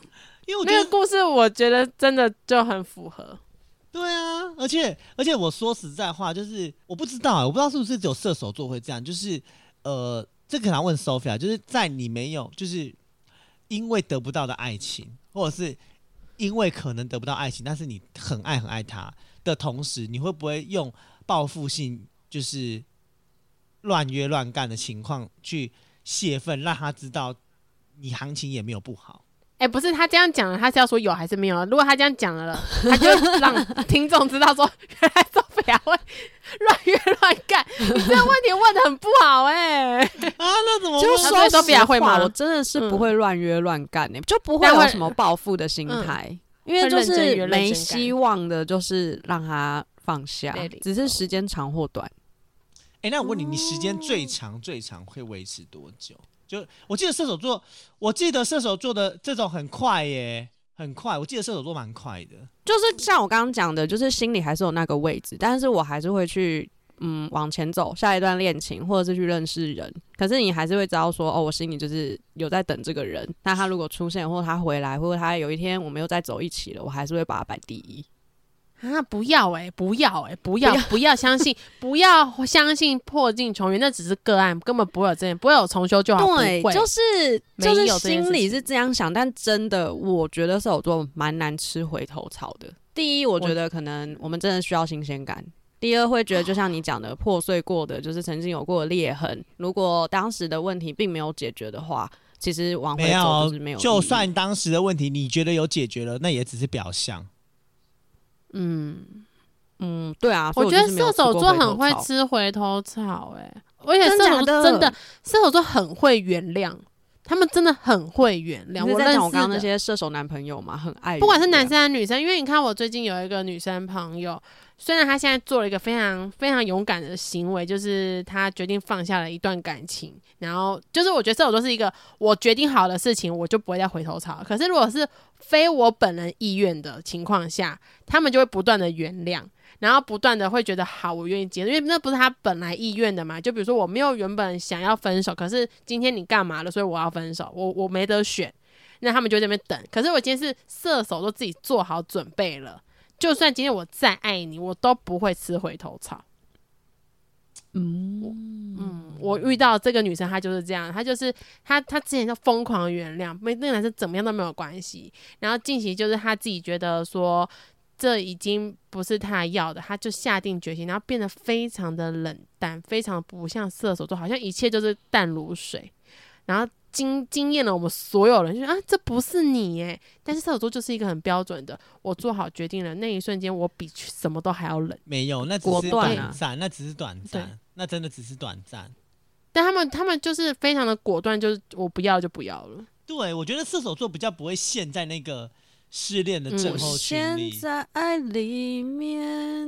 S1: 因为我觉
S3: 那
S1: 得
S3: 个故事，我觉得真的就很符合。
S1: 对啊，而且而且我说实在话，就是我不知道、啊，我不知道是不是只有射手座会这样，就是呃，这可能要问 Sophia，就是在你没有就是因为得不到的爱情，或者是因为可能得不到爱情，但是你很爱很爱他的同时，你会不会用报复性就是乱约乱干的情况去泄愤，让他知道你行情也没有不好？
S3: 哎、不是他这样讲了，他是要说有还是没有？啊如果他这样讲了，他就让听众知道说，原来周菲亚会 乱约乱干。你这个问题问的很不好 哎、
S1: 啊，那怎么
S2: 就
S1: 办
S3: 是
S2: 说
S3: 所以
S2: 实
S3: 都比较会
S2: 话
S3: 吗
S2: 我真的是不会乱约乱干呢，就不会
S3: 但
S2: 有
S3: 会
S2: 什么报复的心态，因为
S3: 嗯会
S2: 就
S3: 认真
S2: 是
S3: 约认
S2: 没
S3: 真
S2: 希望的，就是让他放下
S3: Let it，
S2: 只是时间长或短。
S1: 哎、那我问你，你时间最长最长会维持多久？就我记得射手座，我记得射手座的这种很快耶，很快。我记得射手座蛮快的。
S2: 就是像我刚刚讲的，就是心里还是有那个位置，但是我还是会去嗯往前走，下一段恋情，或者是去认识人。可是你还是会知道说，哦，我心里就是有在等这个人。那他如果出现，或者他回来，或者他有一天我们又再走一起了，我还是会把他摆第一。
S3: 啊，不要哎、不要哎、不要不要相信， 不要相信破镜重圆，那只是个案，根本不会有这样，不会有重修就好，
S2: 对
S3: 不，会
S2: 就是就
S3: 没
S2: 是
S3: 有这件事
S2: 心里是这样想，但真的，我觉得射手座蛮难吃回头草的。第一，我觉得可能我们真的需要新鲜感。第二，会觉得就像你讲的，破碎过的，就是曾经有过的裂痕。如果当时的问题并没有解决的话，其实往回
S1: 没
S2: 走
S1: 有
S2: 就是没有意义。
S1: 就算当时的问题你觉得有解决了，那也只是表象。
S2: 嗯，对啊，所
S3: 我
S2: 以
S3: 觉
S2: 就
S3: 得
S2: 是没有
S3: 射手
S2: 吃过
S3: 座
S2: 回头
S3: 很会
S2: 草
S3: 吃回头草、欸，哎，而且
S2: 真
S3: 射手
S2: 假的
S3: 真的，射手座很会原谅，他们真的很会原谅。
S2: 你是
S3: 我
S2: 在
S3: 认
S2: 讲我
S3: 识
S2: 刚刚那
S3: 的，
S2: 些射手男朋友嘛，很爱原谅，啊
S3: 不管是男生还是女生，因为你看我最近有一个女生朋友，虽然她现在做了一个非常非常勇敢的行为，就是她决定放下了一段感情，然后就是我觉得射手座是一个我决定好的事情，我就不会再回头草。可是如果是非我本人意愿的情况下，他们就会不断的原谅。然后不断的会觉得好，我愿意接受，因为那不是他本来意愿的嘛。就比如说，我没有原本想要分手，可是今天你干嘛了，所以我要分手，我我没得选。那他们就在那边等。可是我今天是射手，都自己做好准备了，就算今天我再爱你，我都不会吃回头草。嗯，我遇到这个女生，她就是这样，她就是她，她之前就疯狂地原谅，没那个男生怎么样都没有关系。然后近期就是她自己觉得说，这已经不是她要的，她就下定决心，然后变得非常的冷淡，非常不像射手座，好像一切就是淡如水。然后惊惊艳了我们所有人，就觉得啊，这不是你耶！但是射手座就是一个很标准的，我做好决定了，那一瞬间我比什么都还要冷。
S1: 没有，那只
S2: 果
S1: 是
S2: 断
S1: 短
S2: 啊
S1: 暂，那只是短
S3: 对
S1: 暂，那真的只是短暂。
S3: 但他们他们就是非常的果断，就是我不要就不要了。
S1: 对，我觉得射手座比较不会陷在那个失恋的
S3: 嗯
S1: 症候群
S2: 陷
S1: 里。
S2: 在爱里面。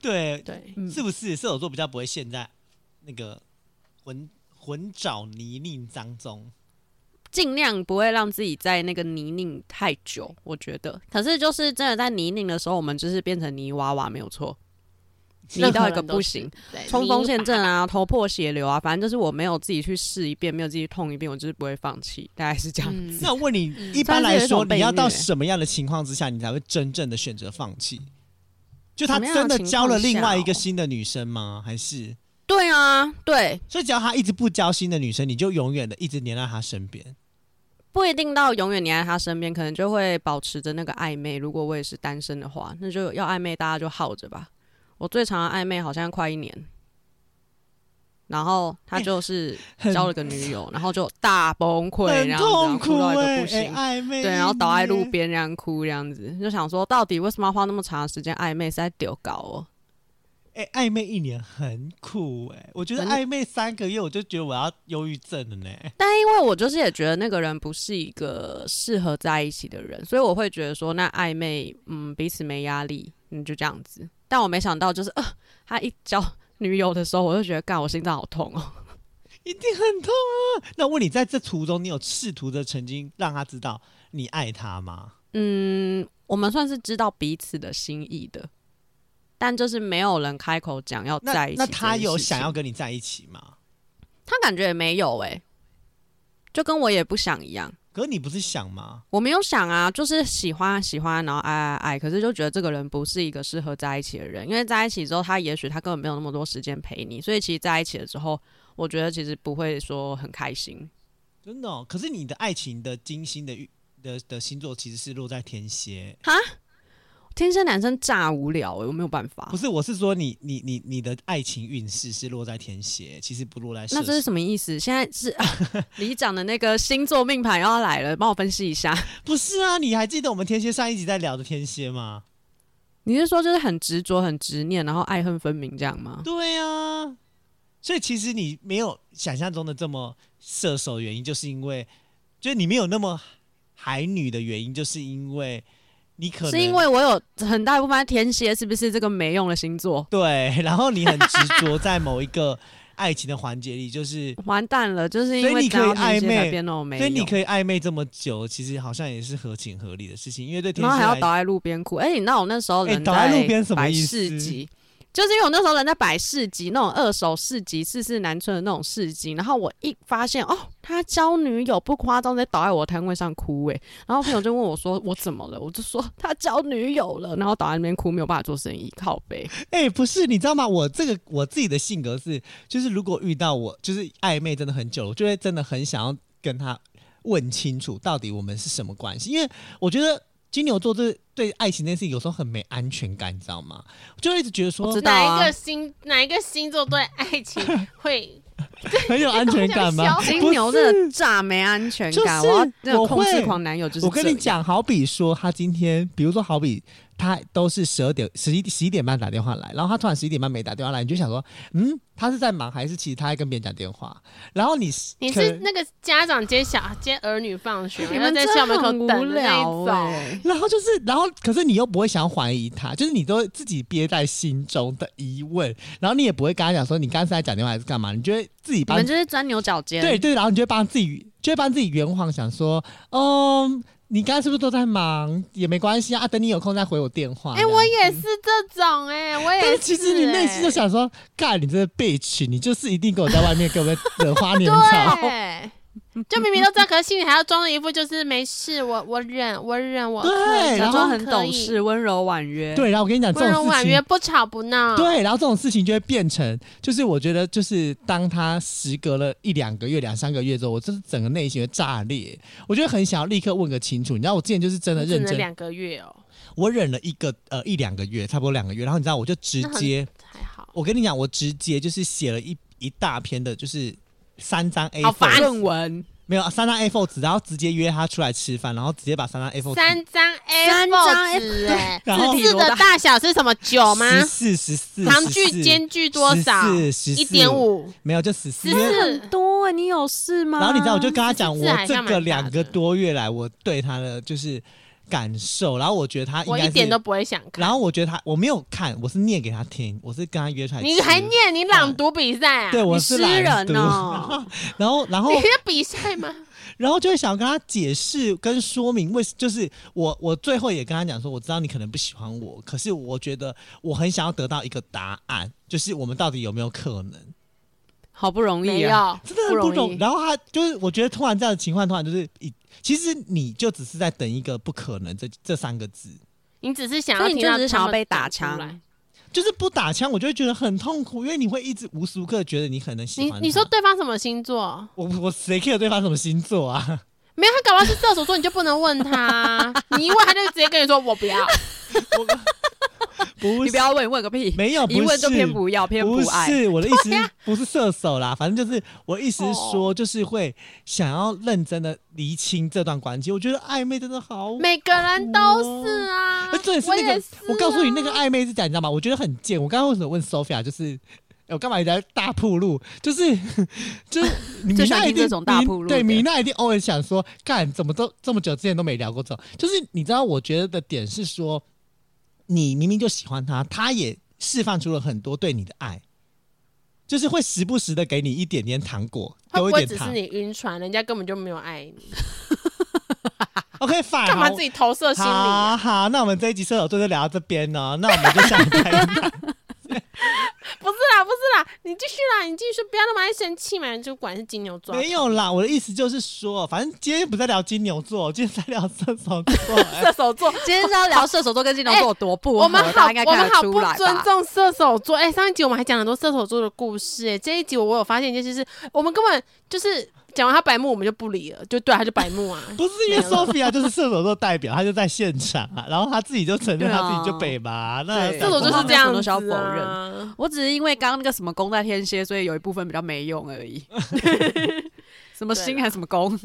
S1: 对，
S3: 对，
S2: 嗯
S1: 是不是射手座比较不会陷在那个混混沼泥泞当中？
S2: 尽量不会让自己在那个泥泞太久，我觉得。可是就是真的在泥泞的时候，我们就是变成泥娃娃，没有错，泥到一个不行，
S3: 对，
S2: 冲锋陷
S3: 你
S2: 阵啊，头破血流啊，反正就是我没有自己去试一遍，没有自己去痛一遍，我就是不会放弃，大概是这样子。
S3: 嗯
S1: 那我问你，
S3: 嗯
S1: 一般来说，
S2: 算是有一种被
S1: 你要到
S2: 虐
S1: 什么样的情况之下，你才会真正的选择放弃？就他
S2: 什么样的
S1: 真的交了另外一个
S2: 情况下哦
S1: 新的女生吗？还是
S2: 对啊，对，
S1: 所以只要他一直不交新的女生，你就永远的一直黏在他身边？
S2: 不一定到永远黏在他身边，可能就会保持着那个暧昧。如果我也是单身的话，那就要暧昧，大家就耗着吧。我最长的暧昧好像快一年，然后他就是
S1: 很
S2: 交了个女友，然后就大崩溃，
S1: 很
S2: 然后
S1: 痛
S2: 哭
S1: 苦
S2: 到一个
S1: 哎、欸，
S2: 不行。
S1: 暧昧
S2: 对，然后倒在路
S1: 耶。
S2: 边这样哭，这样子就想说，到底为什么要花那么长的时间暧昧？是在丢搞哦？
S1: 哎、暧昧一年很苦哎、我觉得
S2: 真的
S1: 暧昧三个月，我就觉得我要忧郁症了呢、
S2: 但因为我就是也觉得那个人不是一个适合在一起的人，所以我会觉得说，那暧昧，嗯，彼此没压力，嗯，就这样子。但我没想到，就是呃，他一交 女友的时候，我就觉得，干，我心脏好痛哦。
S1: 一定很痛啊！那我问你，在这途中，你有试图的曾经让他知道你爱他吗？
S2: 嗯，我们算是知道彼此的心意的，但就是没有人开口讲要
S1: 那
S2: 在一起
S1: 那
S2: 这件事情。
S1: 他有想要跟你在一起吗？
S2: 他感觉也没有哎、就跟我也不想一样。
S1: 可是你不是想吗？
S2: 我没有想啊，就是喜欢喜欢，然后爱爱爱，可是就觉得这个人不是一个适合在一起的人，因为在一起之后，他也许他根本没有那么多时间陪你，所以其实在一起了之后，我觉得其实不会说很开心。
S1: 真的、哦？可是你的爱情的金星的运的的星座其实是落在天蝎，
S2: 天蝎男生炸无聊、欸，我没有办法
S1: 不。是？我是说你你你你的爱情运势是落在天蝎，其实不落在射
S2: 那这是
S1: 手。
S2: 什么意思？现在是里长的那个星座命盘要来了，帮我分析一下。
S1: 不是啊？你还记得我们天蝎上一集在聊的天蝎吗？
S2: 你是说就是很执着、很执念，然后爱恨分明这样吗？
S1: 对啊，所以其实你没有想象中的这么射手，的原因就是因为，就是你没有那么海女的原因，就是因为你可能
S2: 是因为我有很大一部分在天蝎，是不是这个没用的星座？
S1: 对，然后你很执着在某一个爱情的环节里，就是
S2: 完蛋了，就是因
S1: 所以
S2: 为
S1: 你可以
S2: 讲到天蝎
S1: 暧昧
S2: 才变那种没
S1: 所以你
S2: 用
S1: 可以暧昧这么久，其实好像也是合情合理的事情，因为对天
S2: 然后
S1: 蝎
S2: 还要
S1: 来
S2: 倒在路边哭。哎、你知道我那时候
S1: 哎
S2: 人
S1: 倒在路
S2: 在
S1: 边什么
S2: 百
S1: 意
S2: 事
S1: 思
S2: 集，就是因为我那时候人在摆市集，那种二手市集，四四南村的那种市集，然后我一发现哦，他交女友不夸张，直接倒在我摊位上哭诶、然后朋友就问我说 我怎么了，我就说他交女友了，然后倒在那边哭，没有办法做生意，靠背。
S1: 哎、不是，你知道吗？我这个我自己的性格是，就是如果遇到我就是暧昧真的很久了，我就会真的很想要跟他问清楚到底我们是什么关系，因为我觉得金牛座对对爱情这件事情有时候很没安全感，你知道吗？我就会一直觉得
S2: 我
S1: 说
S2: 知道啊
S3: 哪一个星哪一个星座对爱情 会
S1: 很有安全感吗
S3: 不？是
S2: 金牛真的炸没安全感，
S1: 就是
S2: 我要那种控
S1: 我
S2: 制
S1: 会
S2: 狂男友就是
S1: 我跟你
S2: 这样，
S1: 讲，好比说他今天，比如说好比他都是十二点、十一十一点半打电话来，然后他突然十一点半没打电话来，你就想说，嗯，他是在忙还是其实他在跟别人讲电话？然后你
S3: 你
S1: 可能
S3: 是那个家长接小接儿女放学，
S2: 你
S3: 然后
S2: 们
S3: 在
S2: 真
S3: 校门
S2: 的
S3: 口
S2: 很
S3: 等
S2: 无
S3: 的那一
S2: 聊
S3: 种。
S2: 哎、
S1: 然后就是，然后可是你又不会想要怀疑他，就是你都自己憋在心中的疑问，然后你也不会跟他讲说你刚才在讲电话还是干嘛，你就会自己
S2: 你
S1: 帮
S2: 们就是钻牛角尖。
S1: 啊对对，然后你就会帮自己，就会帮自己圆谎，想说，嗯，你刚才是不是都在忙？也没关系啊，等你有空再回我电话。
S3: 哎、
S1: 这样
S3: 我也是这种哎、我也
S1: 但
S3: 是、哎
S1: 是其实你内心就想说，干你这个 bitch，你就是一定给我在外面给我惹花 年草。
S3: 哎，对，就明明都知道，可是心里还要装着一副就是没事，我我忍，我忍，我
S1: 对
S3: 可
S1: 然
S3: 以
S2: 假
S1: 后
S2: 装
S3: 我
S2: 很
S3: 可
S2: 懂
S3: 以
S2: 事，温柔婉约。
S1: 对，然后我跟你讲这
S3: 温柔
S1: 种事
S3: 婉
S1: 情
S3: 约，，不吵不闹。
S1: 对，然后这种事情就会变成，就是我觉得，就是当他时隔了一两个月、两三个月之后，我就是整个内心会炸裂，我就会很想要立刻问个清楚。你知道，我之前就是真的
S3: 你只
S1: 认
S3: 能
S1: 真，
S3: 两个月哦，
S1: 我忍了一个呃一两个月，差不多两个月，然后你知道，我就直
S3: 那很
S1: 接，
S3: 还好。
S1: 我跟你讲，我直接就是写了一一大篇的，就是三张 A
S3: 好烦哦
S2: 论文
S1: 没有三张 A4 纸，然后直接约他出来吃饭，然后直接把三张 A4 纸
S3: 三张 A
S2: 三张
S3: 4纸哎，
S1: 然后
S3: 字字的大小是什么九吗？
S1: 十四、十四、
S3: 行距间距多少？
S1: 十四、
S3: 一点，五。
S1: 没有就十四，
S3: 14
S1: 因为
S2: 很多、欸，你有事吗？
S1: 然后你知道，我就跟他讲，
S3: 字
S1: 我
S3: 还
S1: 这
S3: 像蛮
S1: 个
S3: 大
S1: 两个
S3: 的
S1: 多月来，我对他的就是感受，然后我觉得他应
S3: 我
S1: 该
S3: 一点
S1: 是
S3: 都，不会想看。
S1: 然后我觉得他我没有看，我是念给他听，我是跟他约出来吃，
S3: 你还念你朗读比赛啊？
S1: 对，我
S2: 你
S1: 是
S2: 诗
S1: 懒
S2: 人
S1: 读，
S2: 哦、
S1: 然后然后
S3: 你在比赛吗？
S1: 然后就会想跟他解释跟说明为，就是我我最后也跟他讲说，我知道你可能不喜欢我，可是我觉得我很想要得到一个答案，就是我们到底有没有可能。
S2: 好不容
S3: 没
S2: 易啊，
S3: 有，
S1: 真的很不
S3: 不
S1: 懂。
S3: 容易。
S1: 然后他就是，我觉得突然这样的情况，突然就是一，其实你就只是在等一个不可能这这三个字，
S3: 你只是想要
S2: 所以
S3: 听
S2: 你就
S3: 到
S2: 只是想
S3: 他
S2: 要
S3: 们
S2: 被打
S3: 讲出来
S2: 枪。
S1: 就是不打枪，我就会觉得很痛苦，因为你会一直无时无刻觉得你可能喜
S3: 你
S1: 欢他
S3: 你说对方什么星座？
S1: 我我谁 care 对方什么星座啊？
S3: 没有，他搞不好是射手座，你就不能问 他。你一问他就直接跟你说我不要。
S1: 不
S2: 你不
S1: 是，
S2: 要问，问个屁！
S1: 没有，
S2: 一
S1: 不
S2: 问
S1: 是
S2: 就偏不要，偏
S1: 不
S2: 爱。
S1: 是我的意思，不是射手啦，反正就是我的意思是
S2: 哦
S1: 说，就是会想要认真的厘清这段关系。我觉得暧昧真的好
S3: 每个人都是啊，
S1: 而且是那
S3: 我也
S1: 个
S3: 是，啊
S1: 我告诉你，那个暧昧是讲，你知道吗？我觉得很贱。我刚刚为什么问 Sophia，就是。哎我干嘛一直在大铺路？就是 就是，米
S2: 最喜欢
S1: 娜一
S2: 听
S1: 定
S2: 这种大
S1: 米
S2: 铺路
S1: 对
S2: 的
S1: 米娜一定偶尔想说，干怎么都这么久之前都没聊过这种。就是你知道，我觉得的点是说，你明明就喜欢他，他也释放出了很多对你的爱，就是会时不时的给你一点点糖果，
S3: 会
S1: 给我
S3: 不
S1: 一
S3: 会
S1: 点
S3: 只是
S1: 糖。
S3: 你晕船，人家根本就没有爱你？
S1: OK，反
S3: 干嘛自己投射心理啊？
S1: 好好，那我们这一集射手座就聊到这边哦，那我们就下一拜。
S3: 不是啦，不是啦，你继续啦，你继续，不要那么爱生气嘛。就管是金牛座，
S1: 没有啦，我的意思就是说，反正今天不在聊金牛座，今天在聊射手座、 哎
S3: 射手座，
S2: 今天是要聊射手座跟金牛座有多不合，
S3: 我们
S2: 大
S3: 好，
S2: 家应该
S3: 我
S2: 看
S3: 们
S2: 得
S3: 好
S2: 出
S3: 不
S2: 来
S3: 尊
S2: 吧？
S3: 重射手座。哎、上一集我们还讲很多射手座的故事、哎，这一集我有发现一件事是，我们根本就是讲完他白目，我们就不理了，就对啊，他就白目啊。
S1: 不是因为
S3: 没有
S1: Sophia 就是射手座代表，她就在现场啊，然后她自己就承认
S2: 对啊
S1: 她自己就北吧，那
S2: 对
S3: 射手
S2: 座我
S3: 就是
S2: 们
S3: 这样、
S2: 都
S3: 子
S2: 是要否
S3: 啊
S2: 认。我只是因为刚刚那个什么宫在天蝎，所以有一部分比较没用而 已。 什么
S3: 对
S2: 星
S3: 啦
S2: 还是什么宫？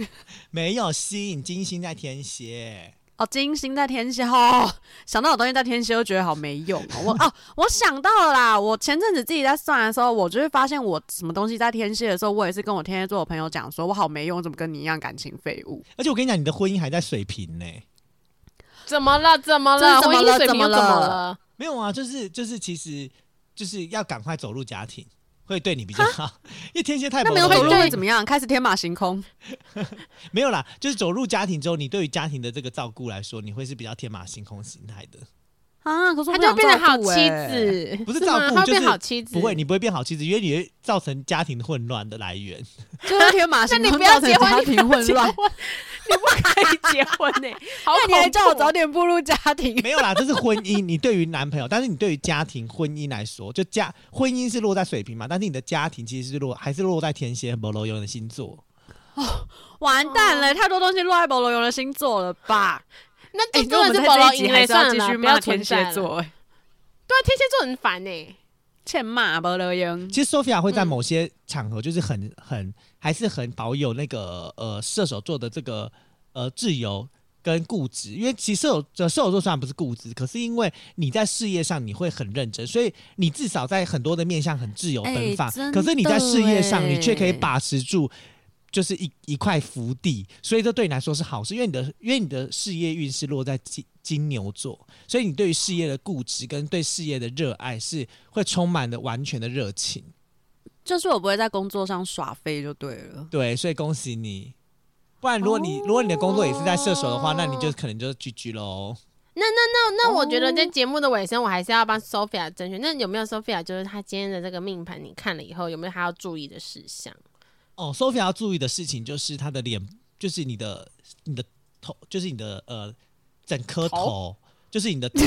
S1: 没有吸引金星在天蝎，
S2: 哦，金星在天蝎 哦，想到有东西在天蝎，就觉得好没用哦。 我哦，我想到了啦，我前阵子自己在算的时候，我就会发现我什么东西在天蝎的时候，我也是跟我天蝎座的朋友讲说，我好没用，怎么跟你一样感情废物？
S1: 而且我跟你讲，你的婚姻还在水平呢、
S3: 怎么了？怎么
S2: 这是
S3: 了？
S2: 怎么
S3: 婚
S2: 了
S3: 姻水
S2: 怎
S3: 平
S2: 么
S3: 又怎么
S2: 了
S3: 了？
S1: 没有啊，就是就是，其实就是要赶快走入家庭，会对你比较好，因为天蝎太
S2: 那没有
S1: 保守
S2: 走
S1: 了
S2: 路哎会怎么样？开始天马行空，
S1: 没有啦，就是走入家庭之后，你对于家庭的这个照顾来说，你会是比较天马行空心态的。
S2: 啊，可是我不
S3: 她就
S2: 想
S3: 变得
S2: 照
S3: 好
S2: 顾
S3: 妻
S2: 欸，
S3: 子，
S1: 不是
S3: 吗
S1: 照顾
S3: 她会
S1: 就是
S3: 变好妻子，
S1: 不会，你不会变好妻子，因为你会造成家庭混乱的来源。
S2: 就是天马
S3: 那
S2: 行
S3: 你
S2: 空
S3: 不要
S2: 造成
S3: 结
S2: 家
S3: 婚，你
S2: 庭
S3: 不要
S2: 混
S3: 结婚，
S2: 乱，
S3: 你不可以结婚呢、 好
S2: 那你还
S3: 恐
S2: 叫我
S3: 怖
S2: 早
S3: 哦
S2: 点步入家庭，
S1: 没有啦，这是婚姻。你对于男朋友，但是你对于家庭、婚姻来说，就家婚姻是落在水瓶嘛，但是你的家庭其实是落还是落在天蝎、摩罗油的星座。
S2: 完蛋了，太多东西落在保罗油的星座了吧？
S3: 那
S2: 哎、
S3: 这
S2: 那我
S3: 真
S2: 们在
S3: 的是保罗
S2: 这一
S3: 赢
S2: 集
S3: 了，
S2: 还是要
S3: 算
S2: 继
S3: 了啦，
S2: 续
S3: 不要
S2: 骂
S3: 存
S2: 天
S3: 在
S2: 蝎
S3: 了。
S2: 座、欸，
S3: 对啊，天蝎座很烦呢、欸
S2: 欠骂保罗油。
S1: 其实 Sophia 会在
S3: 嗯
S1: 某些场合就是很很还是很保有那个呃射手座的这个呃自由跟固执，因为其实射手呃射手座虽然不是固执，可是因为你在事业上你会很认真，所以你至少在很多的面向很自由奔放，
S2: 哎真的
S1: 可是你在事业上你却可以
S2: 哎
S1: 把持住。就是一一块福地，所以这对你来说是好事，因为你的因为你的事业运是落在金金牛座，所以你对于事业的固执跟对事业的热爱是会充满了完全的热情。
S2: 就是我不会在工作上耍废就对了。
S1: 对，所以恭喜你。不然，如果你、如果你的工作也是在射手的话，那你就
S2: 哦
S1: 可能就 GG 喽。
S3: 那我觉得在节目的尾声，我还是要帮 Sophia 争取。那有没有 Sophia 就是她今天的这个命盘，你看了以后有没有她要注意的事项？
S1: 哦，Sophia 要注意的事情就是她的脸，就是你的你的头，就是你的呃整颗头，
S2: 头
S1: 就是你的头，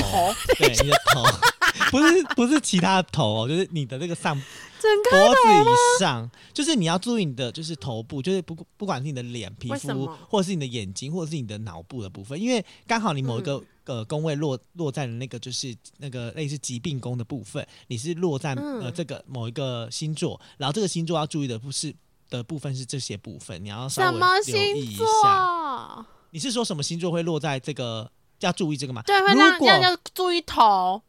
S1: 对，你的头， 不是不是其他的头哦，就是你的那个上
S2: 整
S1: 脖子以上，就是你要注意你的就是头部，就是不不管是你的脸、皮
S3: 为什
S1: 肤
S3: 么，
S1: 或者是你的眼睛，或者是你的脑部的部分，因为刚好你某一
S3: 嗯
S1: 个、呃宫位落落在了那个就是那个类似疾病宫的部分，你是落在、
S3: 嗯
S1: 呃这个某一个星座，然后这个星座要注意的不是。的部分是这些部分，你要稍
S3: 什
S1: 微
S3: 么
S1: 留意
S3: 星
S1: 一
S3: 座？
S1: 下。你是说什么星座会落在这个要注意这个吗？
S3: 对，会
S1: 如
S3: 让
S1: 果
S3: 让要注意 头。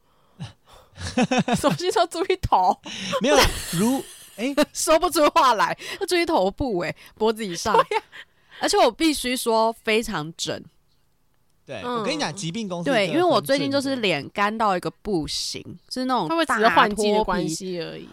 S3: 什么星座注意 头？
S1: 没有啦，如哎、
S2: 说不出话来，要注意头部哎、脖子以上。而且我必须说非常整，
S1: 对、
S3: 嗯
S1: 我跟你讲，疾病公司
S2: 对，因为我最近就是
S1: 脸。
S2: 脸干到一个不行，就是那种
S3: 会不会只是
S2: 大
S3: 换季
S2: 脱
S3: 的
S2: 皮
S3: 关系而已？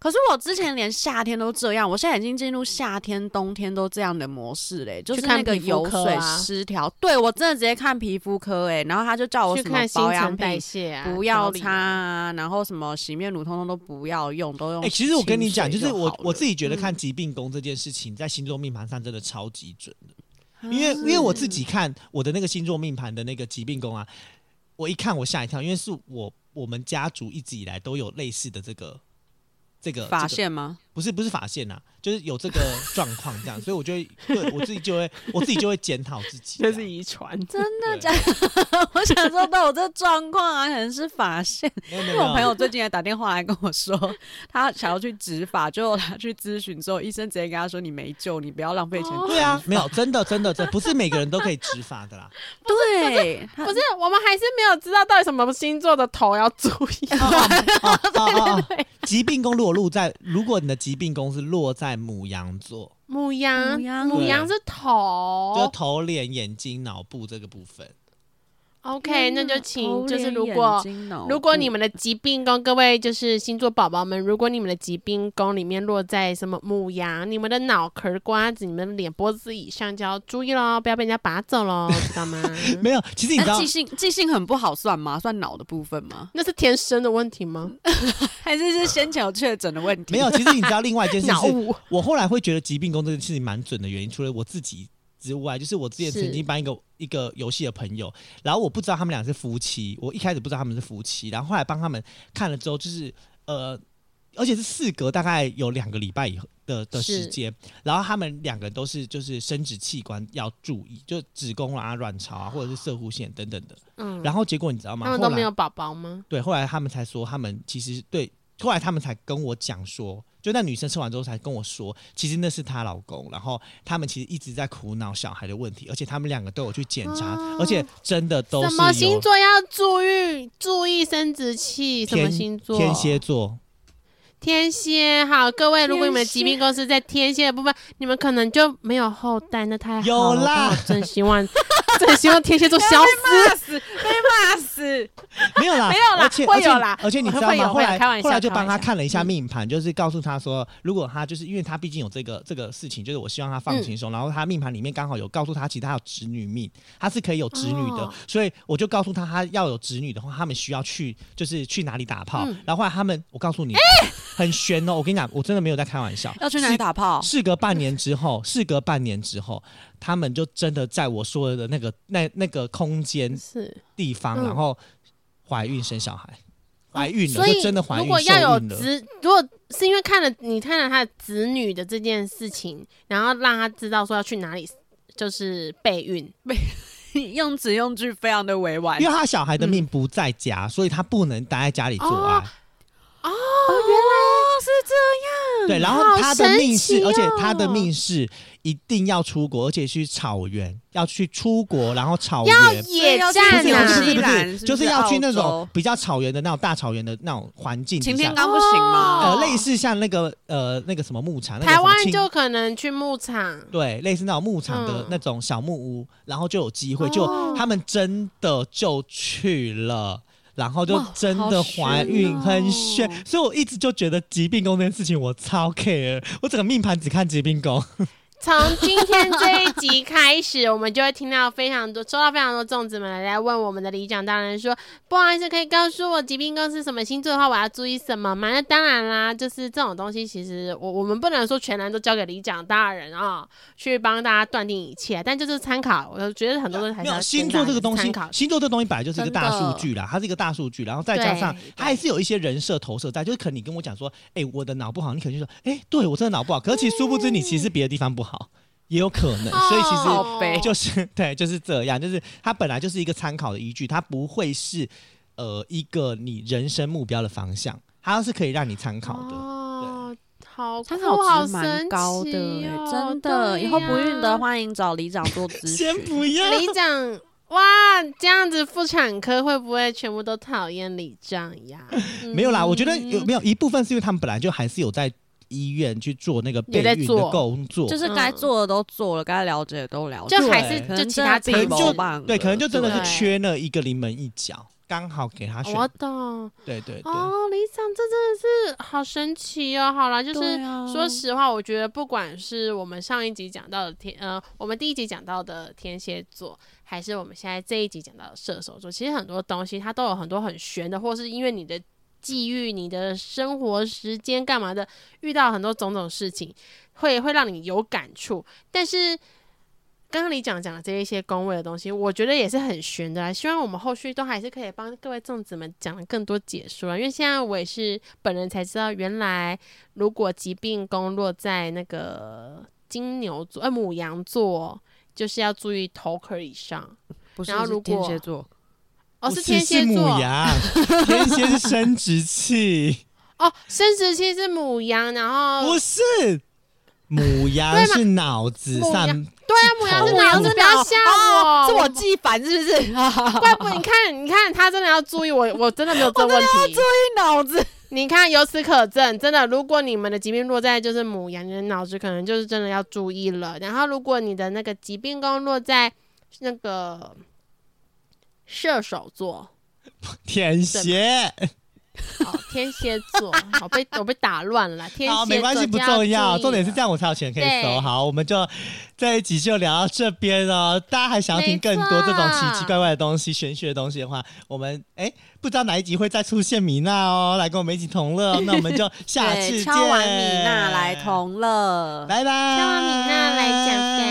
S2: 可是我之前连夏天都这样，我现在已经进入夏天、冬天都这样的模式嘞，就是那个
S3: 去看皮肤
S2: 油
S3: 科
S2: 水
S3: 啊
S2: 失调。对我真的直接看皮肤科哎、然后他就叫我
S3: 去
S2: 什么
S3: 看新
S2: 保养
S3: 陈代
S2: 品
S3: 谢啊，
S2: 不要
S3: 调理
S2: 擦
S3: 啊。
S2: 啊，然后什么洗面乳通通都不要用，都用
S1: 哎、
S2: 清水
S1: 其实
S2: 好了。
S1: 我跟你讲，就是我我自己觉得看疾病宫这件事情，在星座命盘上真的超级准的，因为因为我自己看我的那个星座命盘的那个疾病宫啊，我一看我吓一跳，因为是我我们家族一直以来都有类似的这个这个
S2: 发
S1: 这个
S2: 现吗？
S1: 不是不是发现呐、就是有这个状况这样，所以我就会对我自己就会我自己就会检讨自己这
S3: 这
S1: 样，
S3: 是遗传，
S2: 真
S1: 对
S2: 的假的？ 我想说，那我这状况啊，可能是发现。
S1: 没有没
S2: 因
S1: 有
S2: 为
S1: 没
S2: 我
S1: 有
S2: 朋友最近还打电话来跟我说，他想要去植发，结果他去咨询之后，医生直接跟他说：“你没救，你不要浪费钱。
S1: 对啊，没有真的真的这不是每个人都可以执法的啦。
S2: 对，他
S3: 不是我们还是没有知道到底什么星座的头要注意。
S1: 哦哦哦！疾病宫如果落在，如果你的疾病宫是落在母羊座，
S3: 母
S2: 母
S3: 羊，
S2: 羊
S3: 母
S1: 对
S3: 羊是
S1: 就
S3: 头。
S1: 头、脸、眼睛、脑部这个部分。
S3: OK，那就请就是如果如
S2: 如
S3: 果
S1: 嗯
S3: 你们的疾病宫，各位就是星座宝宝们，如果你们的疾病宫里面落在什么母羊，你们的脑壳瓜子、你们的脸脖子以上就要注意喽，不要被人家拔走 喽，知道吗？
S1: 没有，其实你知道
S2: 记，性记性很不好算吗？算脑的部分吗？
S3: 那是天生的问题吗？
S2: 还是是先前有确诊的问题？
S1: 没有，其实你知道另外一件事
S3: 脑
S1: 是，
S3: 雾
S1: 我后来会觉得疾病宫这件事情蛮准的原因，除了我自己之外，就是我之前
S3: 是
S1: 曾经帮一个一个游戏的朋友，然后我不知道他们俩是夫妻，我一开始不知道他们是夫妻，然后后来帮他们看了之后，就是呃，而且是事隔大概有两个礼拜以后的的时
S3: 是
S1: 间，然后他们两个人都是就是生殖器官要注意，就子宫啊、卵巢啊，或者是射护腺等等的。
S3: 嗯，
S1: 然后结果你知道吗？
S3: 他们
S1: 后
S3: 都
S1: 来
S3: 没有宝宝吗？
S1: 对，后来他们才说，他们其实对，后来他们才跟我讲说，就那女生吃完之后才跟我说，其实那是她老公，然后他们其实一直在苦恼小孩的问题，而且他们两个都有去检查，
S3: 啊
S1: 而且真的都
S3: 什
S1: 是
S3: 么
S1: 有
S3: 星座要注意注意生殖器？什么
S1: 天
S3: 星座？
S1: 天蝎座，
S3: 天蝎，好，各位，如果你们
S2: 天
S3: 的
S2: 蝎
S3: 疾病公司在天蝎的部分，你们可能就没有后代，那太好
S1: 有
S3: 了。
S1: 啦
S3: 我真希望，真希望天蝎座消失。
S2: 骂死，被骂死。
S1: 没没有啦，
S3: 没有啦
S1: 而且
S3: 会有
S1: 而且
S3: 啦
S1: 而且你知道
S3: 会有
S1: 吗？后
S3: 会有
S1: 来
S3: 开玩笑
S1: 后来就帮
S3: 开
S1: 他
S3: 玩笑
S1: 看了一下命盘，就是告诉他说，如果他就是因为他毕竟有这个这个事情，就是我希望他放轻松，然后他命盘里面刚好有告诉他，其实他有侄女命，他是可以有侄女的
S3: 哦，
S1: 所以我就告诉他，他要有侄女的话，他们需要去就是去哪里打炮
S2: 嗯，
S1: 然后后来他们，我告诉你，很悬哦，我跟你讲，我真的没有在开玩笑，
S2: 要去哪里
S1: 是
S2: 打炮？
S1: 事隔半年之后， 事隔半年之后，他们就真的在我说的那个那那个空间
S3: 是，
S1: 地方，
S3: 嗯哦
S1: 然后怀孕生小孩，怀孕
S3: 所
S1: 了，
S3: 以
S1: 就真的怀
S3: 如
S1: 孕
S3: 果要
S1: 受
S3: 有
S1: 孕了。
S3: 子，如果是因为看了你看了他的子女的这件事情，然后让他知道说要去哪里，就是备孕，
S2: 用词用句非常的委婉
S1: 因为他小孩的命不在家，所以他不能待在家里做啊爱。
S3: 嗯哦哦，原来是
S1: 对，然后
S3: 嗯好
S1: 他的
S3: 神
S1: 命是，
S3: 奇
S1: 而且他的
S3: 哦
S1: 命是一定要出国，而且去草原，要去出国，然后草
S3: 要
S1: 原。
S3: 野
S2: 要
S1: 不是不
S2: 去
S3: 战
S1: 是
S2: 纽
S1: 不
S2: 西
S1: 是
S3: 啊！
S2: 兰
S1: 不
S2: 是不
S1: 就是
S2: 是
S1: 要去
S2: 澳
S1: 那种
S2: 洲
S1: 比较草原的那种大草原的那种环境底
S2: 晴
S1: 下
S2: 天，刚不行吗？
S1: 呃，类似像那个呃那个什么牧场，那个
S3: 哦台
S1: 什么
S3: 湾
S1: 青
S3: 就可能去牧场，
S1: 对，类似那种牧场的
S3: 嗯
S1: 那种小木屋，然后就有机会，
S3: 哦
S1: 就他们真的就去了。然后就
S2: 哇
S1: 真
S2: 好
S1: 的怀
S2: 炫
S1: 孕
S2: 哦
S1: 很炫，所以我一直就觉得疾病宫这件事情我超 care，我整个命盘只看疾病宫。
S3: 从今天这一集开始，我们就会听到非常多，收到非常多粽子们来问我们的里长大人说：“不好意思，可以告诉我疾病宫是什么星座的话，我要注意什么吗？”那当然啦，就是这种东西，其实我我们不能说全然都交给里长大人啊、去帮大家断定一切，但就是参考。我觉得很多人还
S1: 没
S3: 是
S1: 有
S3: 要
S1: 星
S3: 跟
S1: 座这
S3: 大家
S1: 个东西
S3: 参考，
S1: 星座这个东西本来就是一个大
S2: 真的
S1: 数据啦，它是一个大数据，然后再加上
S3: 对
S1: 它还是有一些人设投射在，就是可能你跟我讲说，哎、我的脑不好，你可能就说，哎、对我真的脑不好，可是其实殊不知你其实
S3: 嗯
S1: 别的地方不好，也有可能，所以其实
S3: 哦
S2: 好悲
S1: 就是 对，就是这样，就是它本来就是一个参考的依据，它不会是呃一个你人生目标的方向，它是可以让你参考的。
S3: 哦，好酷，
S2: 参考
S3: 好
S2: 值蛮
S3: 神
S2: 高的、
S3: 奇
S2: 欸
S3: 哦，
S2: 真的。
S3: 对
S2: 以后不孕
S3: 呀
S2: 的，欢迎找里长做咨询
S1: 先。不 要，
S3: 里长，哇，这样子妇产科会不会全部都讨厌里长 呀？
S1: 没有啦，我觉得
S3: 嗯
S1: 有没有一部分是因为他们本来就还是有在医院去做那个备
S3: 有在
S1: 孕的
S3: 做
S1: 工作，
S2: 就是该做的都做了，该了解的都了解，
S3: 就
S1: 还
S2: 对
S1: 是
S2: 可能
S3: 就其他
S2: 真的
S1: 地方
S2: 被棒了
S1: 对，可能就真的
S3: 对哦
S1: 是缺那一个临门一脚，刚好给他选。
S3: 我懂
S1: 对对对，
S3: 哦，里长这真的是好神奇哦。好啦，就
S2: 对
S3: 是。
S2: 啊
S3: 说实话，我觉得不管是我们上一集讲到的天，呃，我们第一集讲到的天蝎座，还是我们现在这一集讲到的射手座，其实很多东西它都有很多很悬的，或是因为你的际遇、你的生活时间干嘛的，遇到很多种种事情，会会让你有感触。但是刚刚你讲讲的这一些宫位的东西，我觉得也是很玄的啦。啊希望我们后续都还是可以帮各位粽子们讲了更多解说啊啦，因为现在我也是本人才知道，原来如果疾病宫落在那个金牛座、呃母羊座，就是要注意头壳以上。
S2: 不是，
S3: 然后
S2: 是
S3: 如
S2: 天
S3: 果
S2: 蝎座，
S3: 哦，
S1: 不是
S3: 天蝎
S1: 是母
S3: 座
S1: 羊，天蝎是生殖器，
S3: 哦，生殖器是母羊，然后
S1: 不是母羊
S3: 对嘛
S1: 是脑子
S3: 母
S1: 上
S3: 羊，对啊，母羊是
S1: 头
S3: 哪样
S1: 部
S3: 子？不要吓我，
S2: 是我记反是不 是？哎
S3: 怪啊不，你看，你看，他真的要注意我，我真的没有这问题。
S2: 一脑子。
S3: 你看，由此可证，真的，如果你们的疾病落在就是母羊，你的脑子可能就是真的要注意了。然后，如果你的那个疾病宫落在那个射手座，
S1: 天蝎。
S3: 哦，天蝎座，我被我被打乱了啦，天蝎
S1: 好，
S3: 座
S1: 没关系，不
S3: 就要
S1: 重要，
S3: 注意
S1: 重点是这
S3: 了。
S1: 样我才有钱可以
S3: 对
S1: 收。好，我们就这一集就聊到这边哦。大家还想要听更多
S3: 没错
S1: 这种奇奇怪怪的东西、玄学的东西的话，我们哎、不知道哪一集会再出现米娜哦，来跟我们一起同 乐哦。那我们就下次
S2: 对，
S1: 见。
S2: 敲完米娜来同乐，
S1: 拜拜。
S3: 敲完米娜来讲